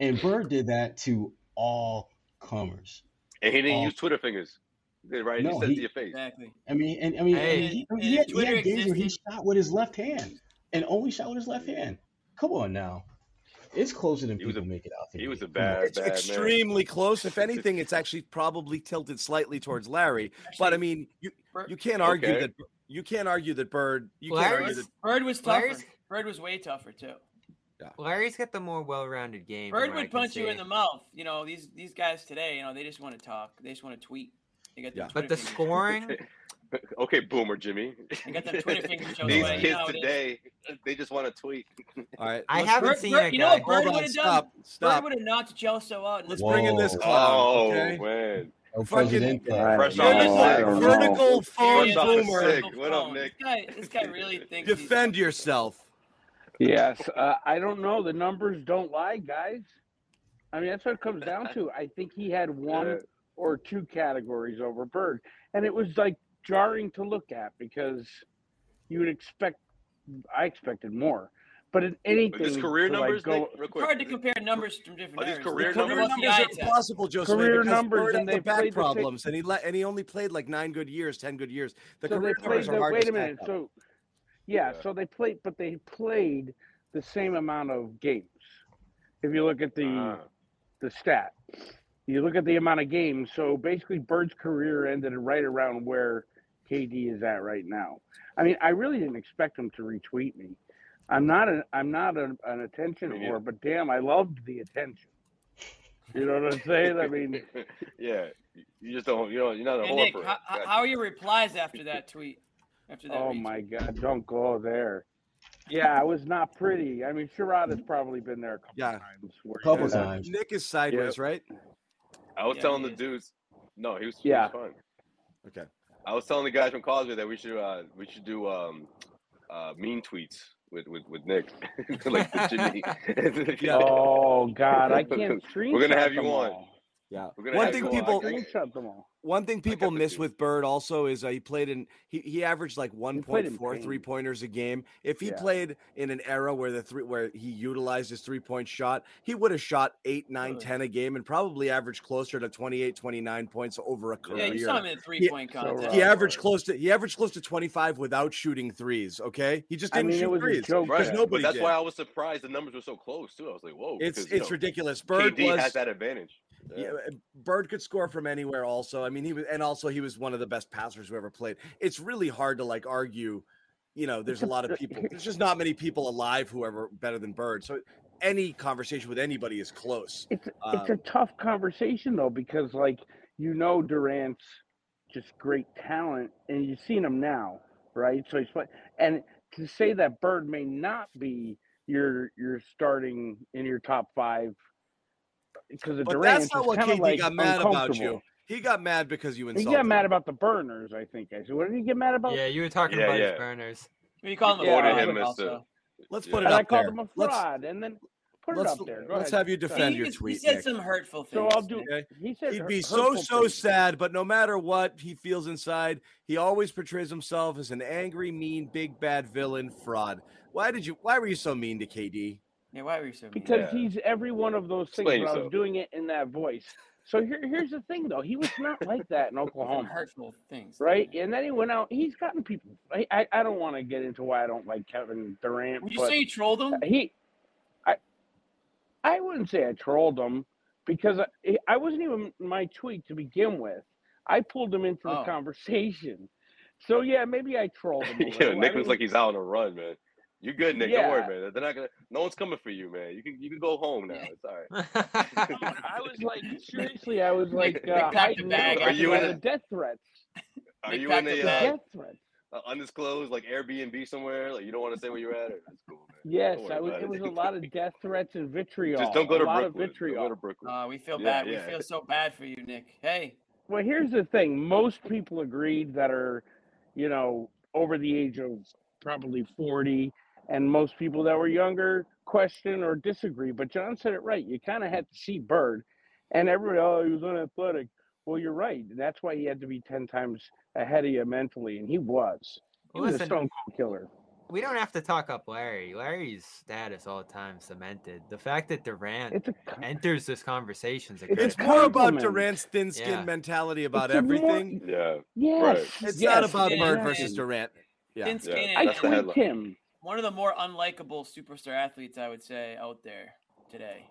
C: and Bird did that to all comers.
D: And he didn't
C: Oh.
D: use Twitter fingers. He did, Right? he
C: No,
D: said it
C: he-
D: to your face.
B: Exactly.
C: I mean, and I mean, I
E: Hey.
C: mean, he, I mean,
B: And if
C: he had, he had
B: Twitter
C: games where he
B: existed-
C: shot with his left hand and only shot with his left hand. Come on now, it's closer than
D: He was
C: people
D: a-
C: make it out. to
D: he
C: be.
D: was a
C: Come on.
D: bad-
A: It's
D: bad man.
A: extremely close. If anything, it's actually probably tilted slightly towards Larry. But I
B: Actually,
A: mean, you
B: Bird-
A: you can't argue
D: Okay.
A: that you can't argue that Bird you can't argue
E: Larry's,
A: that
B: Bird was tougher.
E: Larry's-
B: Bird was way tougher too.
E: Larry's got the more well-rounded game. from
B: Bird
E: what I
B: would
E: can
B: punch you in
E: see.
B: the mouth. You know these these guys today. You know they just want to talk. They just want to tweet. They got them
A: Yeah.
E: But
B: Twitter
E: the
B: fingers.
E: scoring,
D: okay, boomer Jimmy.
B: I got them Twitter fingers showing
D: These
B: away.
D: kids
B: Nowadays-
D: today, they just want to tweet.
A: all right.
E: I
A: let's-
E: haven't
B: Bird-
E: seen
B: Bird-
E: a
B: you know
E: guy.
B: what Bird
A: hold on,
B: would've
A: stop,
B: Bird
A: stop.
B: would have knocked Jelso out. in
A: Let's
B: the-
A: bring in this
C: Whoa.
A: clown.
D: oh
A: okay?
D: man,
C: No
A: Fucking-
C: presidente.
D: Fresh
A: You're
D: off the
A: just
D: sick.
A: a
F: don't know.
A: vertical phone
D: Fresh off the
A: boomer.
D: sick. What up, Nick?
B: This guy, this guy really thinks. he's-
A: Defend yourself.
F: Yes, uh, I don't know. The numbers don't lie, guys. I mean, that's what it comes down to. I think he had one
D: Yeah.
F: or two categories over Bird, and it was like jarring to look at because you would expect. I expected more, but in anything,
D: His career
F: to, like,
D: numbers,
F: go-
D: Nick, real
B: It's hard to
D: quick.
B: compare numbers from different.
D: Are these
B: eras.
D: career
B: Look
A: Career
B: at
D: numbers?
A: numbers
B: the eye
A: are
B: test.
A: impossible, Joseph.
F: Career
A: because
F: numbers,
A: Bird had
F: and
A: the
F: they
A: back
F: played the same-
A: problems, and he le- and he only played like nine good years, ten good years. The
F: so
A: career
F: they played
A: numbers
F: the,
A: are hard.
F: wait
A: to
F: a minute.
A: stack up.
F: So, yeah,
D: Yeah.
F: so they played, but they played the same amount of games. If you look at the
D: Ah.
F: the stat. You look at the amount of games. So basically, Bird's career ended right around where KD is at right now. I mean, I really didn't expect him to retweet me. I'm not a, I'm not a, an attention
D: Me neither.
F: whore, but damn, I loved the attention. You know what I'm saying? I mean,
D: yeah, you just don't. You don't. You're not a
B: Hey,
D: whore
B: Nick,
D: for it.
B: how, how
D: Gotcha.
B: how are your replies after that tweet? After that
F: oh
B: retweet?
F: my God, don't go there. Yeah, I was not pretty. I mean, Sherrod has probably been there a couple
A: Yeah.
F: times. where-
C: A couple
F: Yeah.
C: times.
A: Nick is sideways, right?
D: I was
B: Yeah,
D: telling
B: he
D: the
B: is.
D: dudes. No, he was.
F: Yeah.
D: Yeah. He was fun.
A: Okay.
D: I was telling the guys from Causeway that we should uh we should do um uh mean tweets with with, with Nick like the Jimmy.
A: Yeah.
F: Oh God, I can't
D: We're gonna have
F: screenshot
D: you
F: them
D: on.
F: all.
A: Yeah.
D: We're gonna
A: One
D: have
A: thing
D: you on.
A: people-
D: I- I-
F: Screenshot them all.
A: One thing people
D: the
A: miss
D: two.
A: with Bird also is uh, he played in he, he averaged like
F: played in
A: 1.4
F: pain.
A: three pointers a game. If he
F: Yeah.
A: played in an era where the three where he utilized his three point shot, he would have shot 8 9
B: Totally.
A: 10 a game and probably averaged closer to 28 29 points over a
B: Yeah,
A: career.
B: you saw him in a three-point
F: so
B: contest.
F: rough.
A: he
F: Yeah.
A: averaged close to he averaged close to 25 without shooting threes, okay? He just
F: I
A: didn't
F: mean, it
A: shoot
F: was a
A: threes.
F: joke.
D: Right,
F: fest.
A: no- nobody
D: but that's
A: did.
D: why I was surprised the numbers were so close too. I was like, whoa,
A: It's
D: because, you
A: it's
D: know,
A: ridiculous. Bird
D: KD
A: was
D: has that advantage. Yeah.
A: Yeah, Bird could score from anywhere. Also, I mean, he was, and also he was one of the best passers who ever played. It's really hard to like argue. You know, there's a lot of people. There's just not many people alive who ever better than Bird. So any conversation with anybody is close.
F: It's
A: Uh,
F: it's a tough conversation though because like you know Durant's just great talent and you've seen him now, right? So he's play- and to say that Bird may not be your your starting in your top five because of
A: but
F: Durant,
A: that's
F: it's
A: not
F: just
A: what
F: kinda,
A: KD
F: like,
A: got mad about you.
F: uncomfortable.
A: He got mad because you
F: He
A: insulted.
F: got mad
A: him.
F: about the burners, I think. I said, what did he get mad about?
E: yeah, you were talking
D: Yeah,
E: about
D: yeah.
E: his burners.
B: You call him a
F: Yeah,
B: yeah,
F: I
D: him as
B: also.
A: Let's put
D: Yeah.
F: and
A: it
F: I
A: up
F: called
A: there.
F: him a
A: Let's
F: fraud, and then Put
A: let's
F: it up there. Go
A: let's
F: ahead.
A: have you defend
B: he,
A: your
B: was- he
A: tweet.
B: said
A: Nick.
B: some hurtful
F: So
B: things.
F: I'll do.
A: Okay.
F: He said
A: He'd
F: her-
A: be so
F: hurtful
A: so
F: things.
A: sad, but no matter what he feels inside, he always portrays himself as an angry, mean, big bad villain fraud. Why did you? Why were you so mean to KD?
B: Yeah, why were you so mean?
F: because
D: Yeah.
F: he's every one of those things.
D: Explain
F: But I was
D: yourself.
F: doing it in that voice. So here, here's the thing, though. He was not like that in
B: Some
F: Oklahoma.
B: hurtful things.
F: right? And then he went out. He's gotten people. I I, I don't want to get into why I don't like Kevin Durant.
B: Would you
F: but
B: say you trolled him?
F: he, I, I wouldn't say I trolled him because I, I wasn't even my tweet to begin with. I pulled him into the
B: Oh.
F: conversation. So yeah, maybe I trolled him. a
D: yeah,
F: little. I
D: Nick looks
F: mean,
D: like he's out on a run, man. You good, Nick? Don't
F: Yeah.
D: worry, man. They're not gonna. No one's coming for you, man. You can you can go home now. It's all right.
F: I was like, seriously, I was like,
B: Nick
F: uh,
B: packed a
F: hiding
B: bag
F: out
D: Are you
F: all
D: in
F: the
D: a-
F: death threats?
D: Are
B: Nick
D: you
B: packed
D: in
B: up
D: a
F: The
D: uh,
B: bag.
F: death threats.
D: uh, undisclosed like Airbnb somewhere? Like you don't want to say where you're at? Or, that's cool, man.
F: Yes,
D: worry
F: I was.
D: about
F: It
D: it.
F: was a lot of death threats and vitriol.
D: Just don't go to
F: a lot of
D: Brooklyn. Don't
F: vitriol.
D: go to Brooklyn.
B: Uh, we feel
D: Yeah,
B: bad.
D: yeah.
B: We feel so bad for you, Nick. Hey,
F: Well, here's the thing. Most people agreed that are, you know, over the age of probably 40, and most people that were younger question or disagree. But John said it right. You kind of had to see Bird, and everybody, oh, he was unathletic. Well, you're right. That's why he had to be 10 times ahead of you mentally, and he was. He was a
E: Listen,
F: stone cold killer.
E: we don't have to talk up Larry. Larry's status all the time cemented. The fact that Durant
F: It's a
E: enters this conversation is a
F: It's
E: great
A: It's more about
F: compliment.
A: Durant's thin skin
E: Yeah.
A: mentality about
F: It's a more-
A: everything.
D: Yeah.
F: yes.
A: It's
F: yes,
A: not about
B: it
A: Bird
B: is.
A: versus Durant. Yeah.
B: thin skin
D: yeah,
F: I
B: and
D: that's the
B: one-
F: tweaked
D: headline.
F: him.
B: one of the more unlikable superstar athletes, I would say, out there today.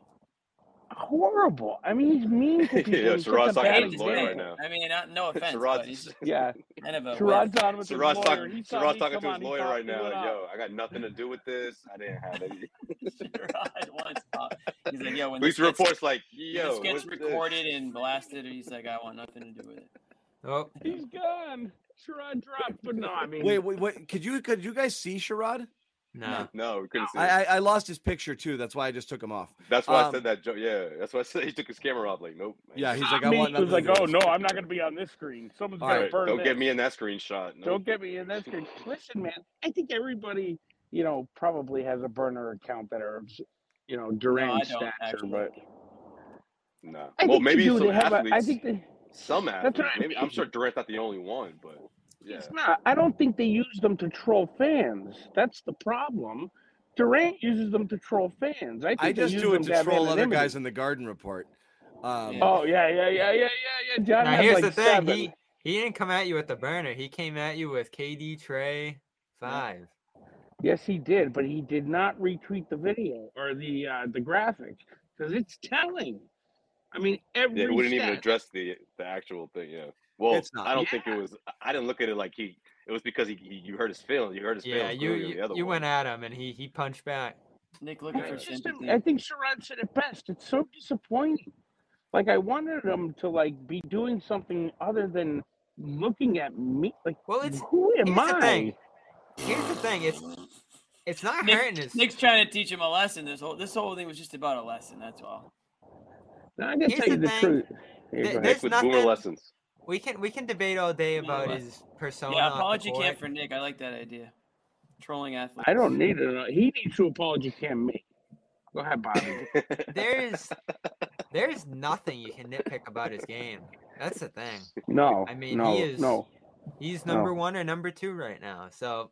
F: Horrible. I mean, he's mean to people.
D: yeah,
F: He's such a
D: Sherrod's talking
F: bad
D: to his lawyer
B: example.
D: right
F: example.
D: now.
B: I mean, not, no offense, but he's
D: Sherrod's,
B: just
F: Yeah.
B: kind of a
F: Sherrod's on with
D: Sherrod's,
F: his lawyer.
D: talking,
F: He saw
D: Sherrod's
F: me
D: talking
F: come
D: to his
F: on, he
D: lawyer
F: thought
D: right
F: we
D: now. Like,
F: went out.
D: yo, I got nothing to do with this. I didn't have any.
B: Sherrod wants. Uh, he's like, yo, when this
D: Police
B: gets,
D: reports like,
B: when
D: yo,
B: this gets
D: what's this?
B: recorded and blasted, he's like, I want nothing to do with it.
E: Oh,
F: He's gone. Sherrod dropped, but no, I mean,
A: Wait, wait, wait. Could you could you guys see Sherrod?
E: no.
D: No, we couldn't see.
A: I,
D: it.
A: I I lost his picture too. That's why I just took him off.
D: that's why
A: um,
D: I said that joke. Yeah, that's why I said he took his camera off. Like, nope. I ain't
A: Yeah,
D: doing
A: he's like, I want
D: it.
F: I mean, he
A: nothing
F: was like,
A: to do
F: "Oh
A: with
F: no, I'm not going to be on this screen. Someone's
A: All
F: going
A: right,
F: to burn
D: don't get
F: this.
D: me in that screenshot. No.
F: Don't get me in that screen." Listen, man, I think everybody, you know, probably has a burner account that are, you know, Durant
B: don't,
F: stature,
B: actually.
F: but
D: Nah.
F: I
D: well,
F: think they
D: maybe
F: do.
D: some
F: They have a,
D: athletes.
F: I think they,
D: some
F: That's
D: athletes.
F: what I
D: maybe I'm
F: mean.
D: sure Durant's not the only one, but yeah.
F: It's not. I don't think they use them to troll fans. That's the problem. Durant uses them to troll fans. I think
A: I
F: they
A: just
F: use
A: do
F: them
A: it to
F: have
A: troll other
F: anonymity.
A: guys in the Garden Report. Um,
B: Yeah.
F: Oh yeah, yeah, yeah, yeah, yeah, yeah. John
E: Now
F: had
E: here's
F: like
E: the thing.
F: seven.
E: He he didn't come at you with the burner. He came at you with KD Trey five.
F: Yes, he did, but he did not retweet the video or the uh, the graphic because it's telling. I mean,
D: Yeah,
F: every
D: it wouldn't even
F: stat-
D: address the the actual thing. Yeah. Well,
A: It's not.
D: I don't think it was. I- I didn't look at it like he. It was because he, he you hurt his feelings. You hurt his
E: Yeah,
D: feelings.
E: you
D: clearly on
E: you,
D: the other
E: you
D: one.
E: went at him and he he punched back.
B: Nick looking
F: I
B: for
F: just-
B: sympathy.
F: I think Sharon said it best. It's so disappointing. Like I wanted him to like be doing something other than looking at me. Like
E: Well, it's
F: who am
E: here's
F: I?
E: the thing. Here's the thing. It's it's not
B: Nick-
E: hurting his.
B: Nick's trying to teach him a lesson. This whole this whole thing was just about a lesson. That's all.
F: Now, I gotta
E: Here's
F: tell you
E: the
F: the
E: thing.
F: truth. Here,
E: Th-
F: go ahead.
D: Nick
E: there's
D: with boomer
E: nothing-
D: lessons.
E: We can we can debate all day
B: You know
E: about
B: what?
E: his persona.
B: Yeah,
E: off the
B: apology
E: court.
B: camp for Nick. I like that idea. Trolling athletes.
F: I don't need it. He needs to apologize to me. Go ahead, Bobby.
E: There's there's nothing you can nitpick about his game. That's the thing.
F: No,
E: I mean,
F: no,
E: he is-
F: no.
E: He's
F: No.
E: number one or number two right now. So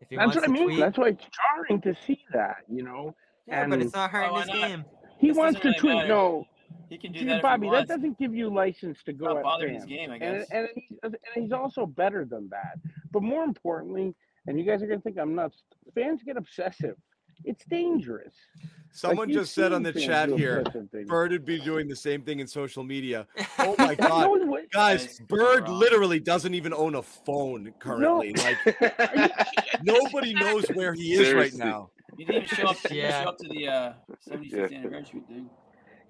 E: if he
F: That's
E: wants
F: what I
E: to
F: mean.
E: tweet,
F: That's why it's jarring to see that. You know,
E: yeah, but
F: and-
E: it's not hurting
B: why
E: his
B: not?
E: game.
F: he
B: This
F: wants to
B: doesn't really
F: tweet.
B: matter.
F: No,
B: He can do
F: dude,
B: that. if
F: Bobby,
B: he
F: that
B: wants.
F: doesn't give you license to
B: It's
F: go
B: not
F: at
B: bothering
F: fans.
B: his game, I
F: And
B: guess.
F: and he's, and he's also better than that. But more importantly, and you guys are gonna think I'm nuts. Fans get obsessive. It's dangerous. Like,
A: someone
F: you've
A: just said on
F: seen
A: the
F: fans
A: chat
F: do
A: here,
F: obsessive things.
A: Bird would be doing the same thing in social media. Oh my
F: That
A: god,
F: knows what-
A: guys,
B: Guys,
A: Bird
B: wrong.
A: literally doesn't even own a phone currently. Like nobody knows where he is right
D: Seriously.
A: now.
B: You didn't even show up. You didn't
E: Yeah.
B: show up to the uh, 75th anniversary, dude.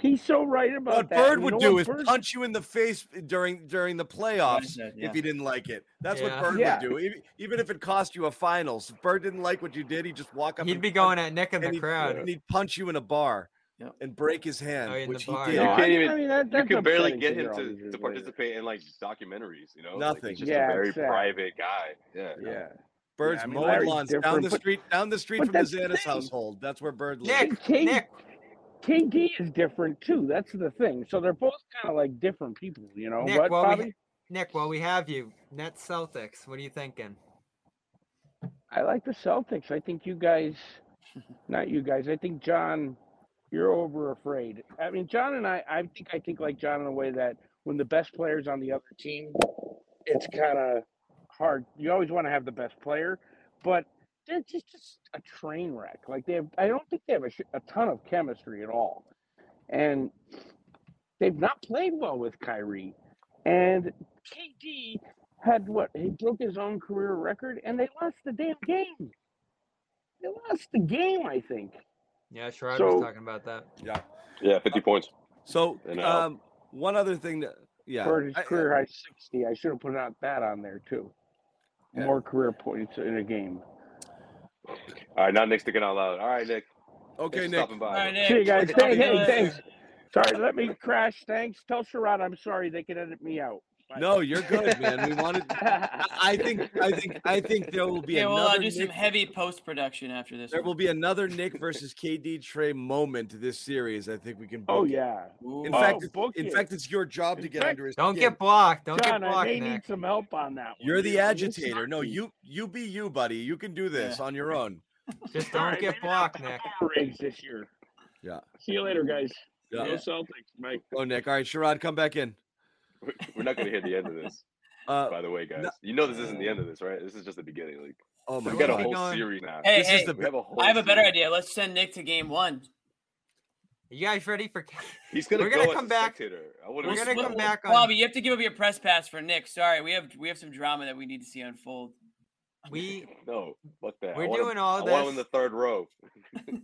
F: He's so right about
A: What
F: that.
A: Bird
F: You
A: would
F: know
A: do
F: what
A: is
F: Bird-
A: punch you in the face during during the playoffs
B: said, yeah.
A: if he didn't like it. That's
E: Yeah.
A: what Bird
F: Yeah.
A: would do, even, even if it cost you a finals. If Bird didn't like what you did, he'd just walk up.
E: He'd
A: and
E: be
A: punch
E: going at Nick in the
A: he'd-
E: crowd.
A: and he'd punch you in a bar
B: Yep.
A: and break his hand,
E: Oh, in the
A: which he
E: bar.
A: did.
D: No,
F: Yeah,
D: You can't even-
F: mean, that-
D: you
F: that's
D: can barely
F: upsetting
D: get
F: hear
D: him
F: all
D: to,
F: these years
D: to
F: later.
D: participate in like documentaries. You know, Like,
A: Nothing.
D: he's just
F: Yeah,
D: a very
F: it's sad.
D: private guy. Yeah.
F: Yeah.
A: Birds
F: Yeah, I mean,
A: mowing
F: Larry's
A: lawns down
F: different,
A: the
F: but-
A: street, down the street
F: but
A: from the
F: that's the
A: Xanax
F: thing.
A: household. That's where Bird lives.
E: Nick,
F: Katie-
E: Nick,
F: KD is different too. That's the thing. So they're both kind of like different people, you know.
E: Nick,
F: what,
E: while we
F: Bobby?
E: Nick. While we have you, Nets Celtics. What are you thinking?
F: I like the Celtics. I think you guys, not you guys. I think John, you're over afraid. I mean, John and I. I think I think like John in a way that when the best player's on the other team, it's kind of hard. You always want to have the best player, but they're just just a train wreck. Like they, have, I don't think they have a, sh- a ton of chemistry at all, and they've not played well with Kyrie and KD had what he broke his own career record and they lost the damn game. They lost the game, I think.
E: Yeah, Sherrod
F: So-
E: was talking about that.
A: Yeah.
D: Yeah, 50 points.
A: So,
D: And out.
A: um, one other thing that, yeah,
F: For his
A: I-
F: career high sixty. I should have put out that on there too.
A: Yeah.
F: More career points in a game.
D: All right, now Nick's thinking out loud. All right, Nick.
A: okay,
D: thanks for
A: Nick.
D: stopping by.
B: All right, Nick.
F: See you guys.
B: Talk to
F: Hey,
B: you
F: hey,
B: later.
F: thanks. Sorry, let me crash. Thanks. Tell Sherrod I'm sorry they can edit me out. Bye.
A: No, you're good, man. We wanted. I think. I think. I think there will be
B: Yeah, we'll
A: another.
B: uh, do some
A: Nick,
B: heavy post production after this.
A: there
B: one.
A: will be another Nick versus KD Trey moment this series. I think we can.
F: Oh
A: book it.
F: yeah.
B: Ooh.
A: In
F: Oh,
A: fact,
F: book
A: in
F: it.
A: fact, it's your job to
F: In
A: get
F: fact-
A: under his.
E: Don't
A: skin.
E: get blocked. Don't
F: John,
E: get
F: I
E: blocked,
F: may
E: Nick.
F: need some help on that one.
A: You're the
F: You know, this
A: agitator. No,
F: sucks.
A: you. You be you, buddy. You can do this on your own.
E: Just
F: All
E: don't get
F: right, maybe not
E: blocked,
F: the
E: Nick.
F: Power Rangers this year.
A: Yeah.
F: See you later, guys.
A: Yeah.
F: Go Celtics, Mike.
A: Uh, Oh, Nick. All right, Sherrod, come back in.
D: We're not going to hear the end of this,
A: Uh,
D: by the way, guys.
A: No.
D: You know this isn't the end of this, right? This is just the beginning. Like
A: oh my
D: we got a
E: Keep
A: God.
D: whole
E: going.
D: series now.
B: Hey,
A: This
B: hey,
A: is the.
D: We have a whole.
B: I have a better
D: series.
B: idea. Let's send Nick to game one.
E: You guys ready for?
D: He's gonna.
E: We're
D: go
E: gonna
D: as a
E: come back-
D: spectator. I want
E: We're
B: We'll-
E: gonna
B: we'll-
E: come back on-
B: Bobby. You have to give up your press pass for Nick. Sorry, we have we have some drama that we need to see unfold.
E: We
D: No, fuck that. I
E: we're
D: want him-
E: doing all
D: I want him in
E: this.
D: the third row.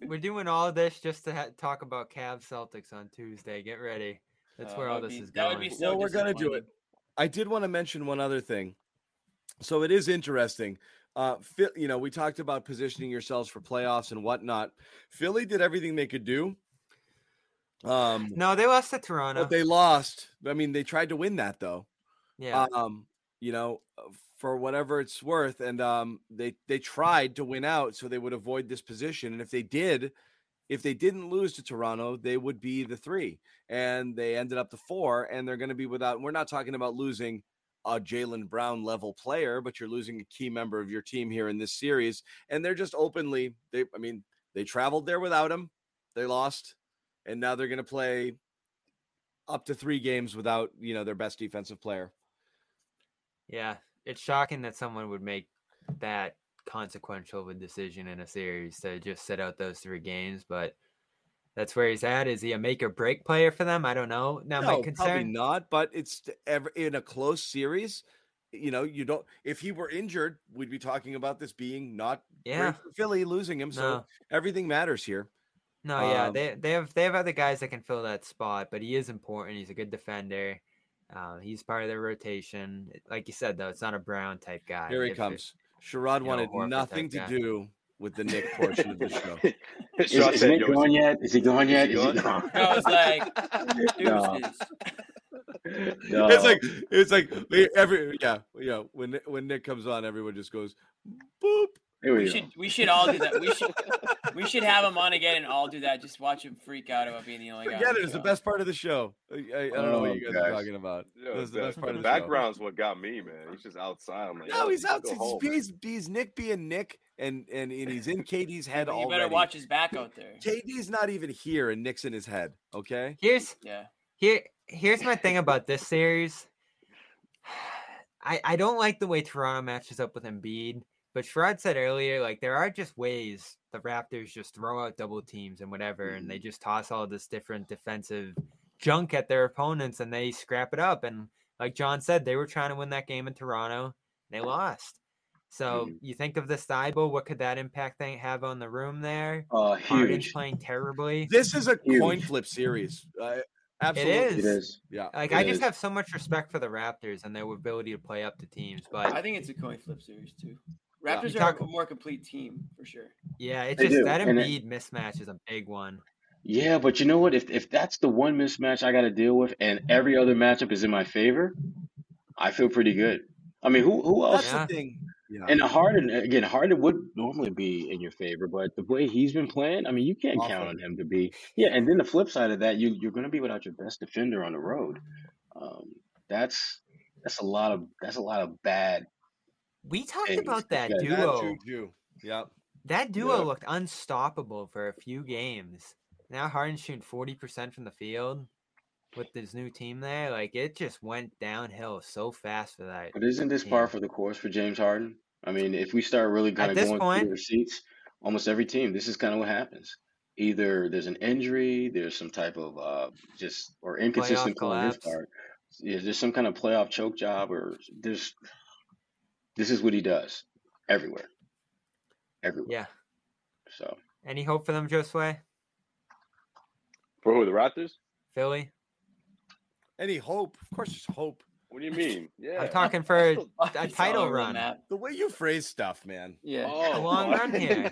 E: We're doing all this just to ha- talk about Cavs Celtics on Tuesday. Get ready. That's
B: Uh,
E: where
B: that
E: all
B: would
E: this
B: be-
E: is
B: that would
E: going.
B: be
A: No,
B: so
A: we're gonna do it.
B: disappointing.
A: I did want to mention one other thing. So it is interesting. Uh, Phil, you know, we talked about positioning yourselves for playoffs and whatnot. Philly did everything they could do. Um,
E: No, they lost to Toronto.
A: but they lost. I mean, they tried to win that though.
E: yeah,
A: Um, you know, for whatever it's worth, and um, they they tried to win out so they would avoid this position. And if they did, if they didn't lose to Toronto, they would be the three, and they ended up the four, and they're going to be without. We're not talking about losing a Jalen Brown level player, but you're losing a key member of your team here in this series, and they're just openly. They, I mean, they traveled there without him, they lost, and now they're going to play up to three games without you know their best defensive player.
E: yeah. It's shocking that someone would make that consequential of a decision in a series to just sit out those three games, but. That's where he's at. Is he a make or break player for them? I don't know. Now my
A: probably
E: concern,
A: not. But it's t- ever in a close series. You know, you don't. If he were injured, we'd be talking about this being not great
E: yeah,
A: for Philly losing him. So
E: no,
A: everything matters here.
E: No, yeah,
A: Um,
E: they they have they have other guys that can fill that spot, but he is important. He's a good defender. Uh, he's part of their rotation. Like you said, though, it's not a Brown type guy.
A: Here he
E: If it-
A: comes. Sherrod
E: know,
A: wanted
E: Horford
A: nothing
E: type
A: to
E: guy.
A: do with the Nick portion of the show.
C: Is,
D: Shaw
C: is
D: said,
C: Nick
D: "Yo,
C: going
D: is
C: yet? Is he going yet?
D: he
C: Is he
D: going?"
C: gone?
B: I was like,
C: No.
B: deuces.
C: No.
A: It's like it's like we- every yeah yeah when Ni- when Nick comes on, everyone just goes boop.
E: Oh
C: Here we
B: We
C: go.
B: should we should all do that. We should we should have him on again and all do that. Just watch him freak out about being the only guy. on
A: Forget it. It's the
B: show.
A: best part of the show. I, I, I don't know
C: Oh,
A: what you guys
C: gosh.
A: are talking about.
D: Yo,
A: this is the
D: the,
A: best part
D: the
A: of the show.
D: background's what got me, man. He's just outside. I'm like,
A: No,
D: yo,
A: he's
D: you can
A: out.
D: go
A: Since
D: home.
A: he's, he's Nick being Nick, and and, and he's in KD's head
B: But You
A: already.
B: better watch his back out there.
A: KD's not even here, and Nick's in his head. Okay,
E: Here's
B: Yeah.
E: Here, here's my thing about this series. I I don't like the way Toronto matches up with Embiid, but Sherrod said earlier, like there are just ways the Raptors just throw out double teams and whatever, and they just toss all this different defensive junk at their opponents and they scrap it up. And like John said, they were trying to win that game in Toronto, they lost. So you think of the Thibault, what could that impact thing have on the room there?
C: Uh,
E: Harden's
C: huge.
E: playing terribly.
A: this is a coin
C: Huge.
A: flip series. Uh,
E: It
A: absolutely,
E: is. Uh,
C: It is.
A: yeah.
E: Like
C: It
E: I just
C: is.
E: have so much respect for the Raptors and their ability to play up to teams,
B: I
E: but
B: think it's a coin flip series too.
A: Yeah.
B: Raptors
E: You
B: are
E: talk-
B: a more complete team for sure.
E: yeah, it's
C: They
E: just
C: do,
E: that
C: and it-
E: Embiid mismatch is a big one.
C: Yeah, but you know what? If if that's the one mismatch I got to deal with, and every other matchup is in my favor, I feel pretty good. I mean, who who else?
A: That's
E: Yeah.
A: the thing. Yeah.
C: And Harden again, Harden would normally be in your favor, but the way he's been playing, I mean, you can't count
A: Awful.
C: on him to be. Yeah, and then the flip side of that, you you're going to be without your best defender on the road. Um, that's that's a lot of that's a lot of bad
E: We talked
C: things.
E: about that
C: Yeah,
A: Bad
E: duo.
A: juju. Yep.
E: That duo
C: Yeah.
E: looked unstoppable for a few games. Now Harden's shooting forty percent from the field with his new team there. Like it just went downhill so fast for that.
C: But isn't this
E: Yeah.
C: par for the course for James Harden? I mean, if we start really kind of
E: At this
C: going
E: point-
C: through the receipts, almost every team, this is kind of what happens. Either there's an injury, there's some type of uh, just or inconsistent play on his
E: collapse.
C: part. Yeah, there's some kind of playoff choke job, or there's this is what he does everywhere, everywhere.
E: Yeah.
C: So
E: Any hope for them, Josue?
D: For who? The Raptors?
E: Philly?
A: Any hope? Of course, there's hope.
D: What do you mean? Yeah.
E: I'm talking for
D: still-
E: a title run.
A: The way you phrase stuff, man.
B: Yeah.
D: Oh,
E: long
D: my-
E: run here.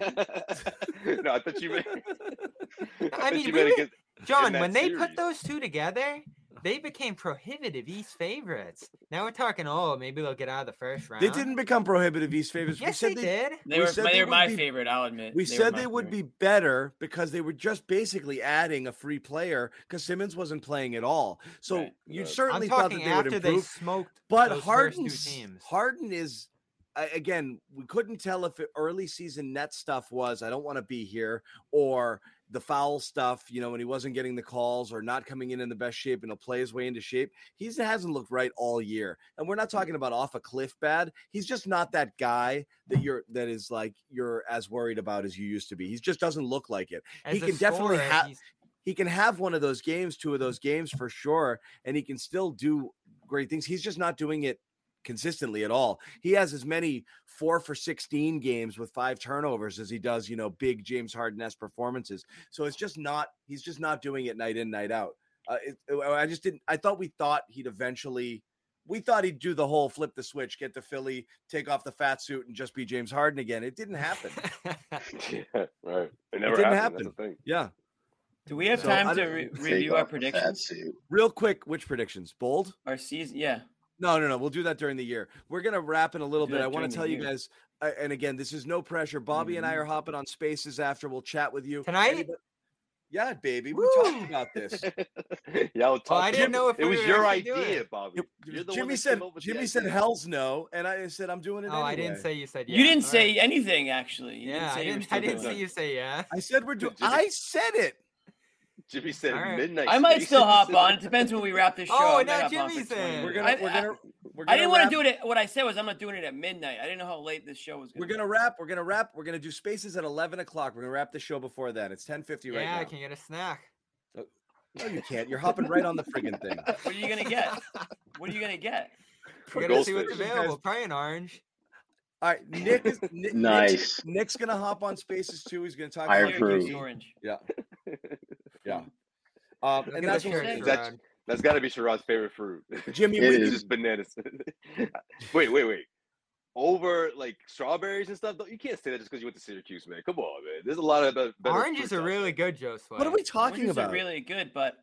D: no, I thought you meant.
E: I
D: thought you
E: mean, we
D: meant
E: were-
D: against-
E: John,
D: that
E: when they
D: series.
E: put those two together, they became prohibitive East favorites. Now we're talking, oh, maybe they'll get out of the first round.
A: They didn't become prohibitive East favorites.
E: Yes,
A: we
E: they,
A: said
E: did.
B: They
A: We
B: were,
A: said
B: they
A: they
B: were
A: would
B: my
A: be-
B: favorite, I'll admit.
A: We
B: were
A: said
B: my
A: they would
B: favorite.
A: be better because they were just basically adding a free player because Simmons wasn't playing at all. So
B: Right.
A: you
D: Right.
E: I'm
A: certainly thought that
E: talking
A: they would
E: after they
A: improve.
E: smoked
A: but
E: those first two
A: Harden,
E: teams.
A: Harden is I- again. We couldn't tell if it early season net stuff was I don't want to be here or the foul stuff. You know, when he wasn't getting the calls or not coming in in the best shape and he'll play his way into shape. He hasn't looked right all year, and
E: Mm.
A: we're not talking about off a cliff bad. He's just not that guy that you're that is like you're as worried about as you used to be. He just doesn't look like it
E: As
A: he
E: a
A: can definitely
E: scorer,
A: ha-
E: he's-
A: he can have one of those games, two of those games for sure, and he can still do great things. He's just not doing it consistently at all. He has as many four for 16 games with five turnovers as he does, you know, big James Harden esque performances. So it's just not, he's just not doing it night in, night out. Uh, it, I just didn't, I thought we thought he'd eventually. We thought he'd do the whole flip the switch, get to Philly, take off the fat suit, and just be James Harden again. It didn't happen.
D: Yeah, right. It never
A: didn't
D: happened. That's the thing.
A: Yeah.
B: Do we have
A: So, I
B: time to
A: don't-
B: re-
C: take
B: review our
C: off the fat
B: predictions?
C: suit.
A: Real quick, which predictions? Bold?
B: Our season? Yeah.
A: No, no, no. We'll do that during the year. We're gonna wrap in a little
B: Do
A: bit.
B: that
A: I want
B: during
A: to
B: the
A: tell you
B: year.
A: guys, uh, and again, this is no pressure. Bobby
D: Mm-hmm.
A: and I are hopping on Spaces after. We'll chat with you
E: Tonight?
A: yeah, baby. We talked
E: Woo!
A: about this.
D: Y'all talk
E: I didn't
D: about
E: know
D: it.
E: if
D: it
E: we
D: was
E: were
D: your
E: actually doing
D: idea,
E: it.
D: Bobby.
A: Yep.
D: You're the one
A: Jimmy
D: that
A: said.
D: came up with the
A: Jimmy said
D: idea.
A: "Hell's no," and I said, "I'm doing it."
E: oh,
A: anyway.
E: I didn't say you said yeah.
B: You didn't
E: All
B: say
E: right.
B: anything, actually. You didn't
E: yeah.
B: say you were still
E: I didn't, I didn't
B: doing
E: see
B: it.
E: you say yeah.
A: I said we're doing.
D: Jimmy-
A: I said it.
D: Jimmy said
E: All right.
D: midnight.
B: I might
D: space."
B: still hop on. It depends when we wrap this show.
E: Oh,
B: I might
E: now
B: hop on for
E: Jimmy's
B: 20
E: in.
A: We're
B: minutes.
A: gonna. we're
B: I- I-
A: gonna. We're gonna
B: I didn't want
A: wrap-
B: to do it. At, what I said was I'm not doing it at midnight. I didn't know how late this show was. Gonna
A: We're gonna wrap. We're gonna wrap. We're gonna do spaces at eleven o'clock. We're gonna wrap the show before that. It's ten fifty right
E: yeah,
A: now.
E: I can get a snack.
A: No, you can't. You're hopping right on the friggin' thing.
B: Be. What are you gonna get? What are you gonna get?
E: We're gonna see what's
D: Goldfish.
E: available. Probably an orange.
A: All right, Nick is Nick, Nick's,
C: Nice.
A: Nick's gonna hop on Spaces too. He's gonna talk.
C: I
A: about
C: approve.
B: Syracuse
A: UT.
B: orange.
A: Yeah, yeah. Um,
E: Look
A: and
E: at
A: that's
E: the
A: what we're
E: shirt,
A: gonna
D: That's-
E: Gerard.
D: That's got to be Sherrod's favorite fruit.
A: do. Jimmy.
C: It
A: with
D: It's
A: you.
C: is.
D: just bananas. wait, wait, wait. Over like strawberries and stuff. Though you can't say that just because you went to Syracuse, man. Come on, man. There's a lot of be- better.
E: Oranges
D: fruits
E: are
D: out
E: really good, Josue.
A: What are we talking
B: Oranges
A: about?
B: are really good, but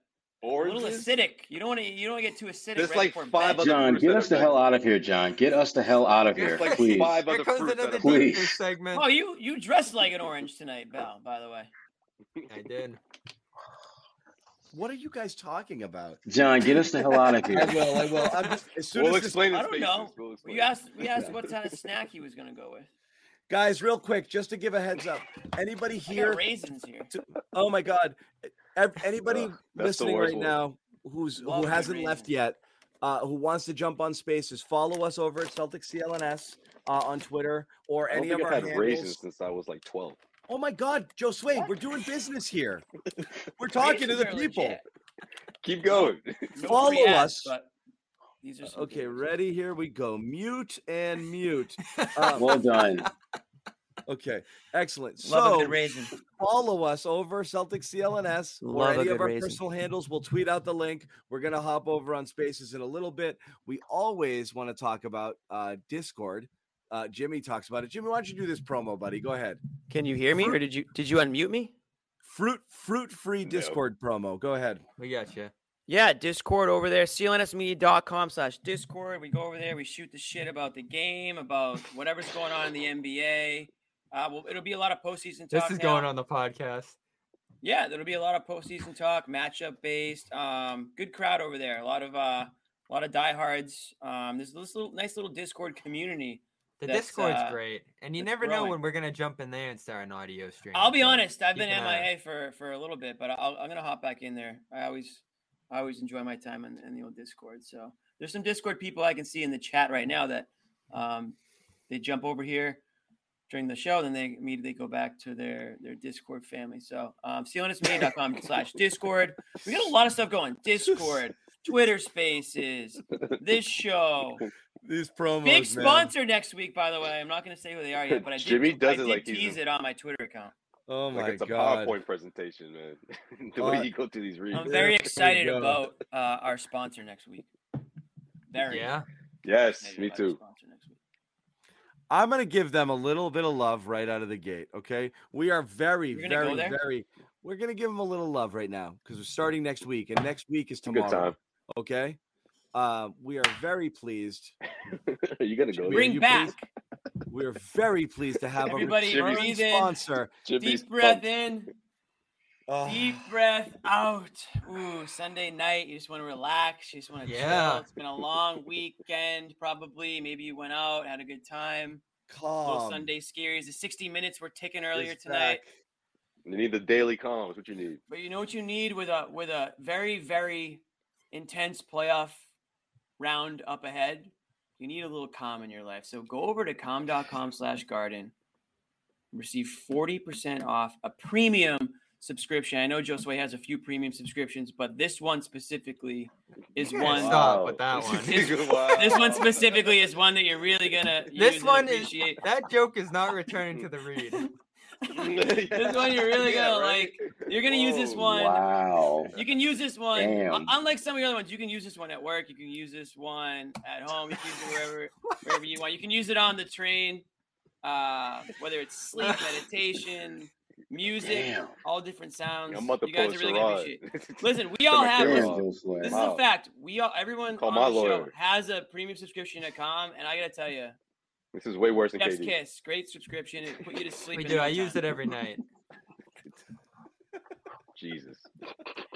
D: there.
B: a little
D: Oranges.
B: acidic. You don't want to. You don't want to get too acidic.
D: There's
B: right
D: like
B: before
D: five
B: bed.
D: other-
C: John,
D: fruits
C: get
D: that
C: us
D: are
C: the hell
D: better.
C: out of here, John. Get us the hell out of here,
D: There's like
C: please.
D: five
E: Here
D: other
E: comes
D: fruits that
E: another
D: are
C: Please.
E: deep dish segment.
B: Oh, you you dressed like an orange tonight, Val. By the way,
E: I did.
A: What are you guys talking about?
C: John, get us the hell out of
A: I
C: here.
A: will. I will. I'm just as soon
D: We'll
A: as this,
D: explain
B: I
D: his
B: don't
D: faces.
B: know.
D: We'll explain.
B: we asked we asked what kind of snack he was gonna go with.
A: guys, real quick, just to give a heads up. Anybody
B: I got
A: here?
B: raisins here.
A: Oh my God! Ev- Anybody
D: that's the
A: listening
D: worst
A: right
D: one.
A: now who's who
B: Love the
A: hasn't left
B: reason.
A: yet, uh, who wants to jump on Spaces, follow us over at Celtic CLNS uh, on Twitter or
D: I don't
A: any of
D: think
A: our
D: I've had
A: handles.
D: raisins since I was like 12.
A: Oh my God, Joe Sway,
B: What?
A: we're doing business here. We're talking to the
B: Raisins are
A: people.
B: legit.
D: Keep going.
B: No
A: Follow
B: free ads,
A: us.
B: But these are some
A: Okay,
B: good ones.
A: ready? Here we go. Mute and mute. Um,
C: Well done.
A: okay, excellent.
B: Love a
A: So
B: good raisin.
A: follow us over Celtic CLNS or
E: Love a
A: any of
E: good
A: our
E: raisin.
A: personal handles. We'll tweet out the link. We're gonna hop over on Spaces in a little bit. We always want to talk about uh, Discord. Uh, Jimmy talks about it. Jimmy, why don't you do this promo, buddy? Go ahead.
G: Can you hear me, or did you did you unmute me?
A: Fruit, fruit free
D: No.
A: Discord promo. Go ahead.
E: We got you.
B: Yeah, Discord over there, clnsmedia.com slash Discord. We go over there, we shoot the shit about the game, about whatever's going on in the NBA. Uh, well, it'll be a lot of postseason
E: This
B: talk.
E: is
B: now.
E: going on the podcast.
B: Yeah, there'll be a lot of postseason talk, matchup based. Um, good crowd over there. A lot of uh, a lot of diehards. Um, there's this little nice little Discord community.
E: The
B: That's,
E: Discord's
B: uh,
E: great, and you
B: that's
E: never know
B: growing.
E: when we're gonna jump in there and start an audio stream.
B: I'll be
E: so
B: honest, I've
E: keep
B: been
E: an eye out.
B: MIA for for a little bit, but I'll, I'm gonna hop back in there. I always I always enjoy my time in, in the old Discord. So there's some Discord people I can see in the chat right now that um, they jump over here during the show, then they immediately go back to their their Discord family. So um, clnsmedia.com slash Discord. We got a lot of stuff going. Discord, Twitter Spaces, this show.
A: These promos.
B: Big
A: man.
B: sponsor next week, by the way. I'm not gonna say who they are yet, but I did,
D: Jimmy does
B: I
D: it
B: did
D: like he's
B: tease
D: a-
B: it on my Twitter account.
A: Oh my
D: like it's a
A: god.
D: PowerPoint presentation, man. the
A: Uh,
D: way you go through these reads.
B: I'm very excited
A: go.
B: about uh, our sponsor next week. Very
E: Yeah,
D: yes,
B: excited
D: me
B: about our
D: too.
B: sponsor next week.
A: I'm gonna give them a little bit of love right out of the gate. Okay, we are very,
B: You're gonna
A: very,
B: go there?
A: very. We're gonna give them a little love right now because we're starting next week, and next week is
D: It's a good
A: tomorrow.
D: time.
A: Okay, uh, we are very pleased.
D: You're gonna go.
A: Will
B: Bring
A: you
B: back
A: please We are very pleased to have a
B: Everybody
A: return
B: breathe in.
A: sponsor.
D: there. Jimmy's
B: deep breath
D: pumped.
B: in,
A: Oh,
B: deep breath out. Ooh, Sunday night, you just want to relax. You just want to
E: Yeah.
B: chill. It's been a long weekend, probably. Maybe you went out, had a good time. Little
A: calm.
E: Um,
B: Sunday scaries. The 60 minutes were ticking earlier
A: is back.
B: tonight.
D: You need the daily calms. What you need?
B: But you know what you need with a with a very very intense playoff round up ahead. You need a little calm in your life. So go over to calm.com/garden. Receive 40% off a premium subscription. I know Josue has a few premium subscriptions, but this one specifically is
E: Yeah,
B: one
E: stop. with that one.
D: Wow.
B: this one specifically is one that you're really going to
E: This one is-
B: appreciate.
E: that joke is not returning to the read.
B: This one you're really gonna like. You're gonna use this
E: Oh,
D: Whoa,
B: one.
C: Wow.
B: You can use this one.
C: Damn.
B: un- Unlike some of the other ones, you can use this one at work. You can use this one at home. You can use it wherever, wherever you want. You can use it on the train, uh, whether it's sleep, meditation, music,
C: Damn.
B: all different sounds.
D: I'm about to
B: you guys
D: pull
B: are
D: a
B: really gonna appreciate.
D: Sherrod.
B: Listen, we all have
D: Damn,
B: this.
D: Joe
C: Slam.
B: This is
D: Wow.
B: a fact. We all, everyone
D: Call
B: on
D: my
B: the show
D: lawyer.
B: has a premium subscription at Com, and I gotta tell you,
D: This is way worse than
B: Chef's
D: KD.
B: Kiss, great subscription. It put you to sleep.
E: We
B: in
E: do.
B: no
E: I
B: time.
E: use it every night.
D: Jesus.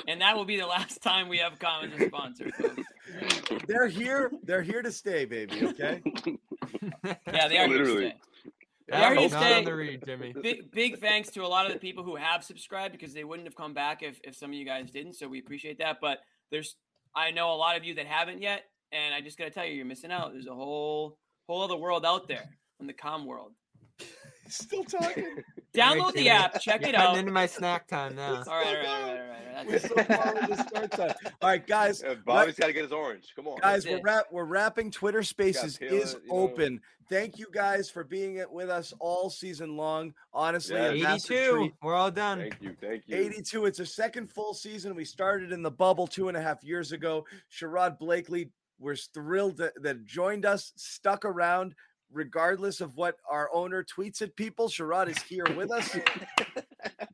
B: and that will be the last time we have Com as a sponsor. folks.
A: They're here. They're here to stay, baby. Okay.
B: Yeah, they are here to
D: Literally.
B: stay.
E: That
B: Larry
E: one's not
B: Stang-
E: on the read, Jimmy.
B: big, big thanks to a lot of the people who have subscribed because they wouldn't have come back if, if some of you guys didn't. So we appreciate that. But there's, I know a lot of you that haven't yet, and I just gotta tell you, you're missing out. There's a whole whole other world out there in the com world.
A: Still talking.
B: Download
E: Jimmy.
B: the app, check
E: You're
B: it
E: cutting
B: out.
E: into my snack time now.
B: All right, all right, all right, all right, all right.
A: We're
B: That's
A: so
B: it.
A: far into start time. All right, guys.
D: Yeah, Bobby's got to get his orange. Come on.
A: guys
B: That's
A: we're
B: it.
A: wrap we're wrapping twitter spaces
D: peel
A: is
D: it, you know.
A: open thank you guys for being it with us all season long honestly a
D: Yes.
A: massive
E: 82.
A: treat
E: We're all done.
D: Thank you. Thank you.
A: 82 it's a second full season we started in the bubble two and a half years ago sherrod blakely we're thrilled that, that joined us stuck around regardless of what our owner tweets at people sherrod is here with us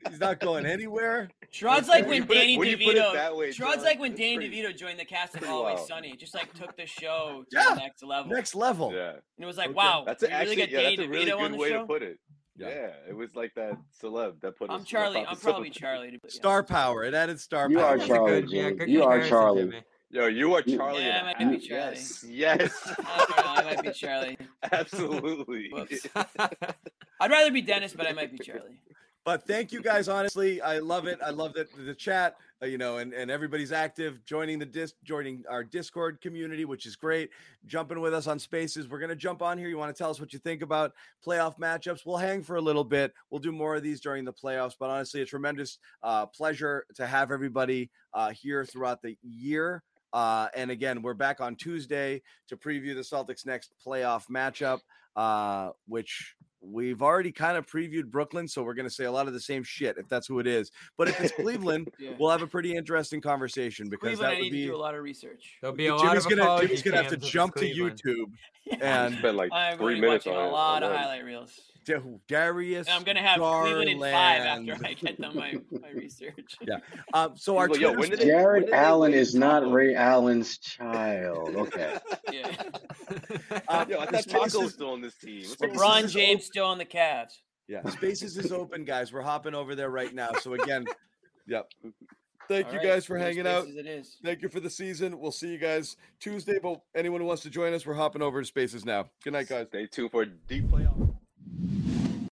A: he's not going anywhere
B: Sherrod's like
D: When you
B: when
D: put it-
B: Danny
D: when you put it that way,
B: DeVito. Sherrod's
D: John,
B: like when
D: it's
B: Danny
D: pretty-
B: DeVito joined the cast of
D: pretty
B: Always
D: wild.
B: Sunny. It just like took the show to
A: Yeah.
B: the next level.
A: next level
D: Yeah.
B: and it was like,
A: Okay.
B: wow,
D: That's
B: Oh, we
D: a, actually
B: really got
D: yeah,
B: Danny
D: that's a really
B: DeVito on
D: good
B: the
D: way
B: show.
D: to put it.
A: Yeah.
D: Yeah. it was like that celeb that put.
B: I'm
D: us
B: Charlie.
D: atop
B: I'm
D: the
B: probably
D: celeb.
B: Charlie. to be- yeah.
A: star power it added star
C: You
A: power
C: are
E: That's a
C: Charlie,
E: good- yeah,
C: Jimmy.
E: good
C: You are
E: comparison,
C: Charlie.
E: Jimmy.
D: Yo, you are
C: You-
D: Charlie.
B: Yeah,
D: and
B: I might be
D: ab-
B: Charlie.
D: Yes. Yes.
B: I don't know. I might be Charlie.
D: Absolutely.
B: Whoops. I'd rather be Dennis, but I might be Charlie.
A: But thank you guys. Honestly, I love it. I love that the chat, uh, you know, and, and everybody's active, joining the disc, joining our Discord community, which is great. Jumping with us on Spaces. We're gonna jump on here. You want to tell us what you think about playoff matchups? We'll hang for a little bit. We'll do more of these during the playoffs. But honestly, a tremendous uh, pleasure to have everybody uh, here throughout the year. Uh, and again, we're back on Tuesday to preview the Celtics' next playoff matchup, uh, which we've already kind of previewed Brooklyn, so we're going to say a lot of the same shit if that's who it is. But if it's Cleveland,
B: Yeah.
A: we'll have a pretty interesting conversation because
B: Cleveland, I
A: that
B: need
A: would be.
B: to do a lot of research.
E: There'll be a lot
A: Jimmy's
E: of
A: gonna,
E: apology
A: Jimmy's gonna have to
E: cams if it's
A: jump to
E: Cleveland.
A: YouTube
B: Yeah.
A: and
D: Spent like
B: I'm
D: three
B: really
D: minutes
B: watching
D: on
B: a
D: it
B: lot of
D: alone.
B: highlight reels.
A: Da- Darius.
B: And I'm gonna have Cleveland in five after I get done my, my research.
A: Yeah. Um, so our
D: Well, yo,
A: Twitter
D: when did they-
G: Jared
D: when did they
G: Allen
D: win
G: is not
D: Taco?
G: Ray Allen's child. Okay.
B: yeah.
A: Uh,
D: Yo, I
A: this
D: thought
A: space
D: Taco's
A: is-
D: still on this team. What's up?
A: space
B: LeBron
A: is
B: James still on the Cavs.
A: Yeah, Spaces is open, guys. We're hopping over there right now. So again, yep. Thank
B: All
A: you
B: right,
A: guys for
B: it is
A: hanging out.
B: Spaces It is.
A: Thank you for the season. We'll see you guys Tuesday. But anyone who wants to join us, we're hopping over to Spaces now. Good night, guys.
D: Stay tuned for a deep playoff.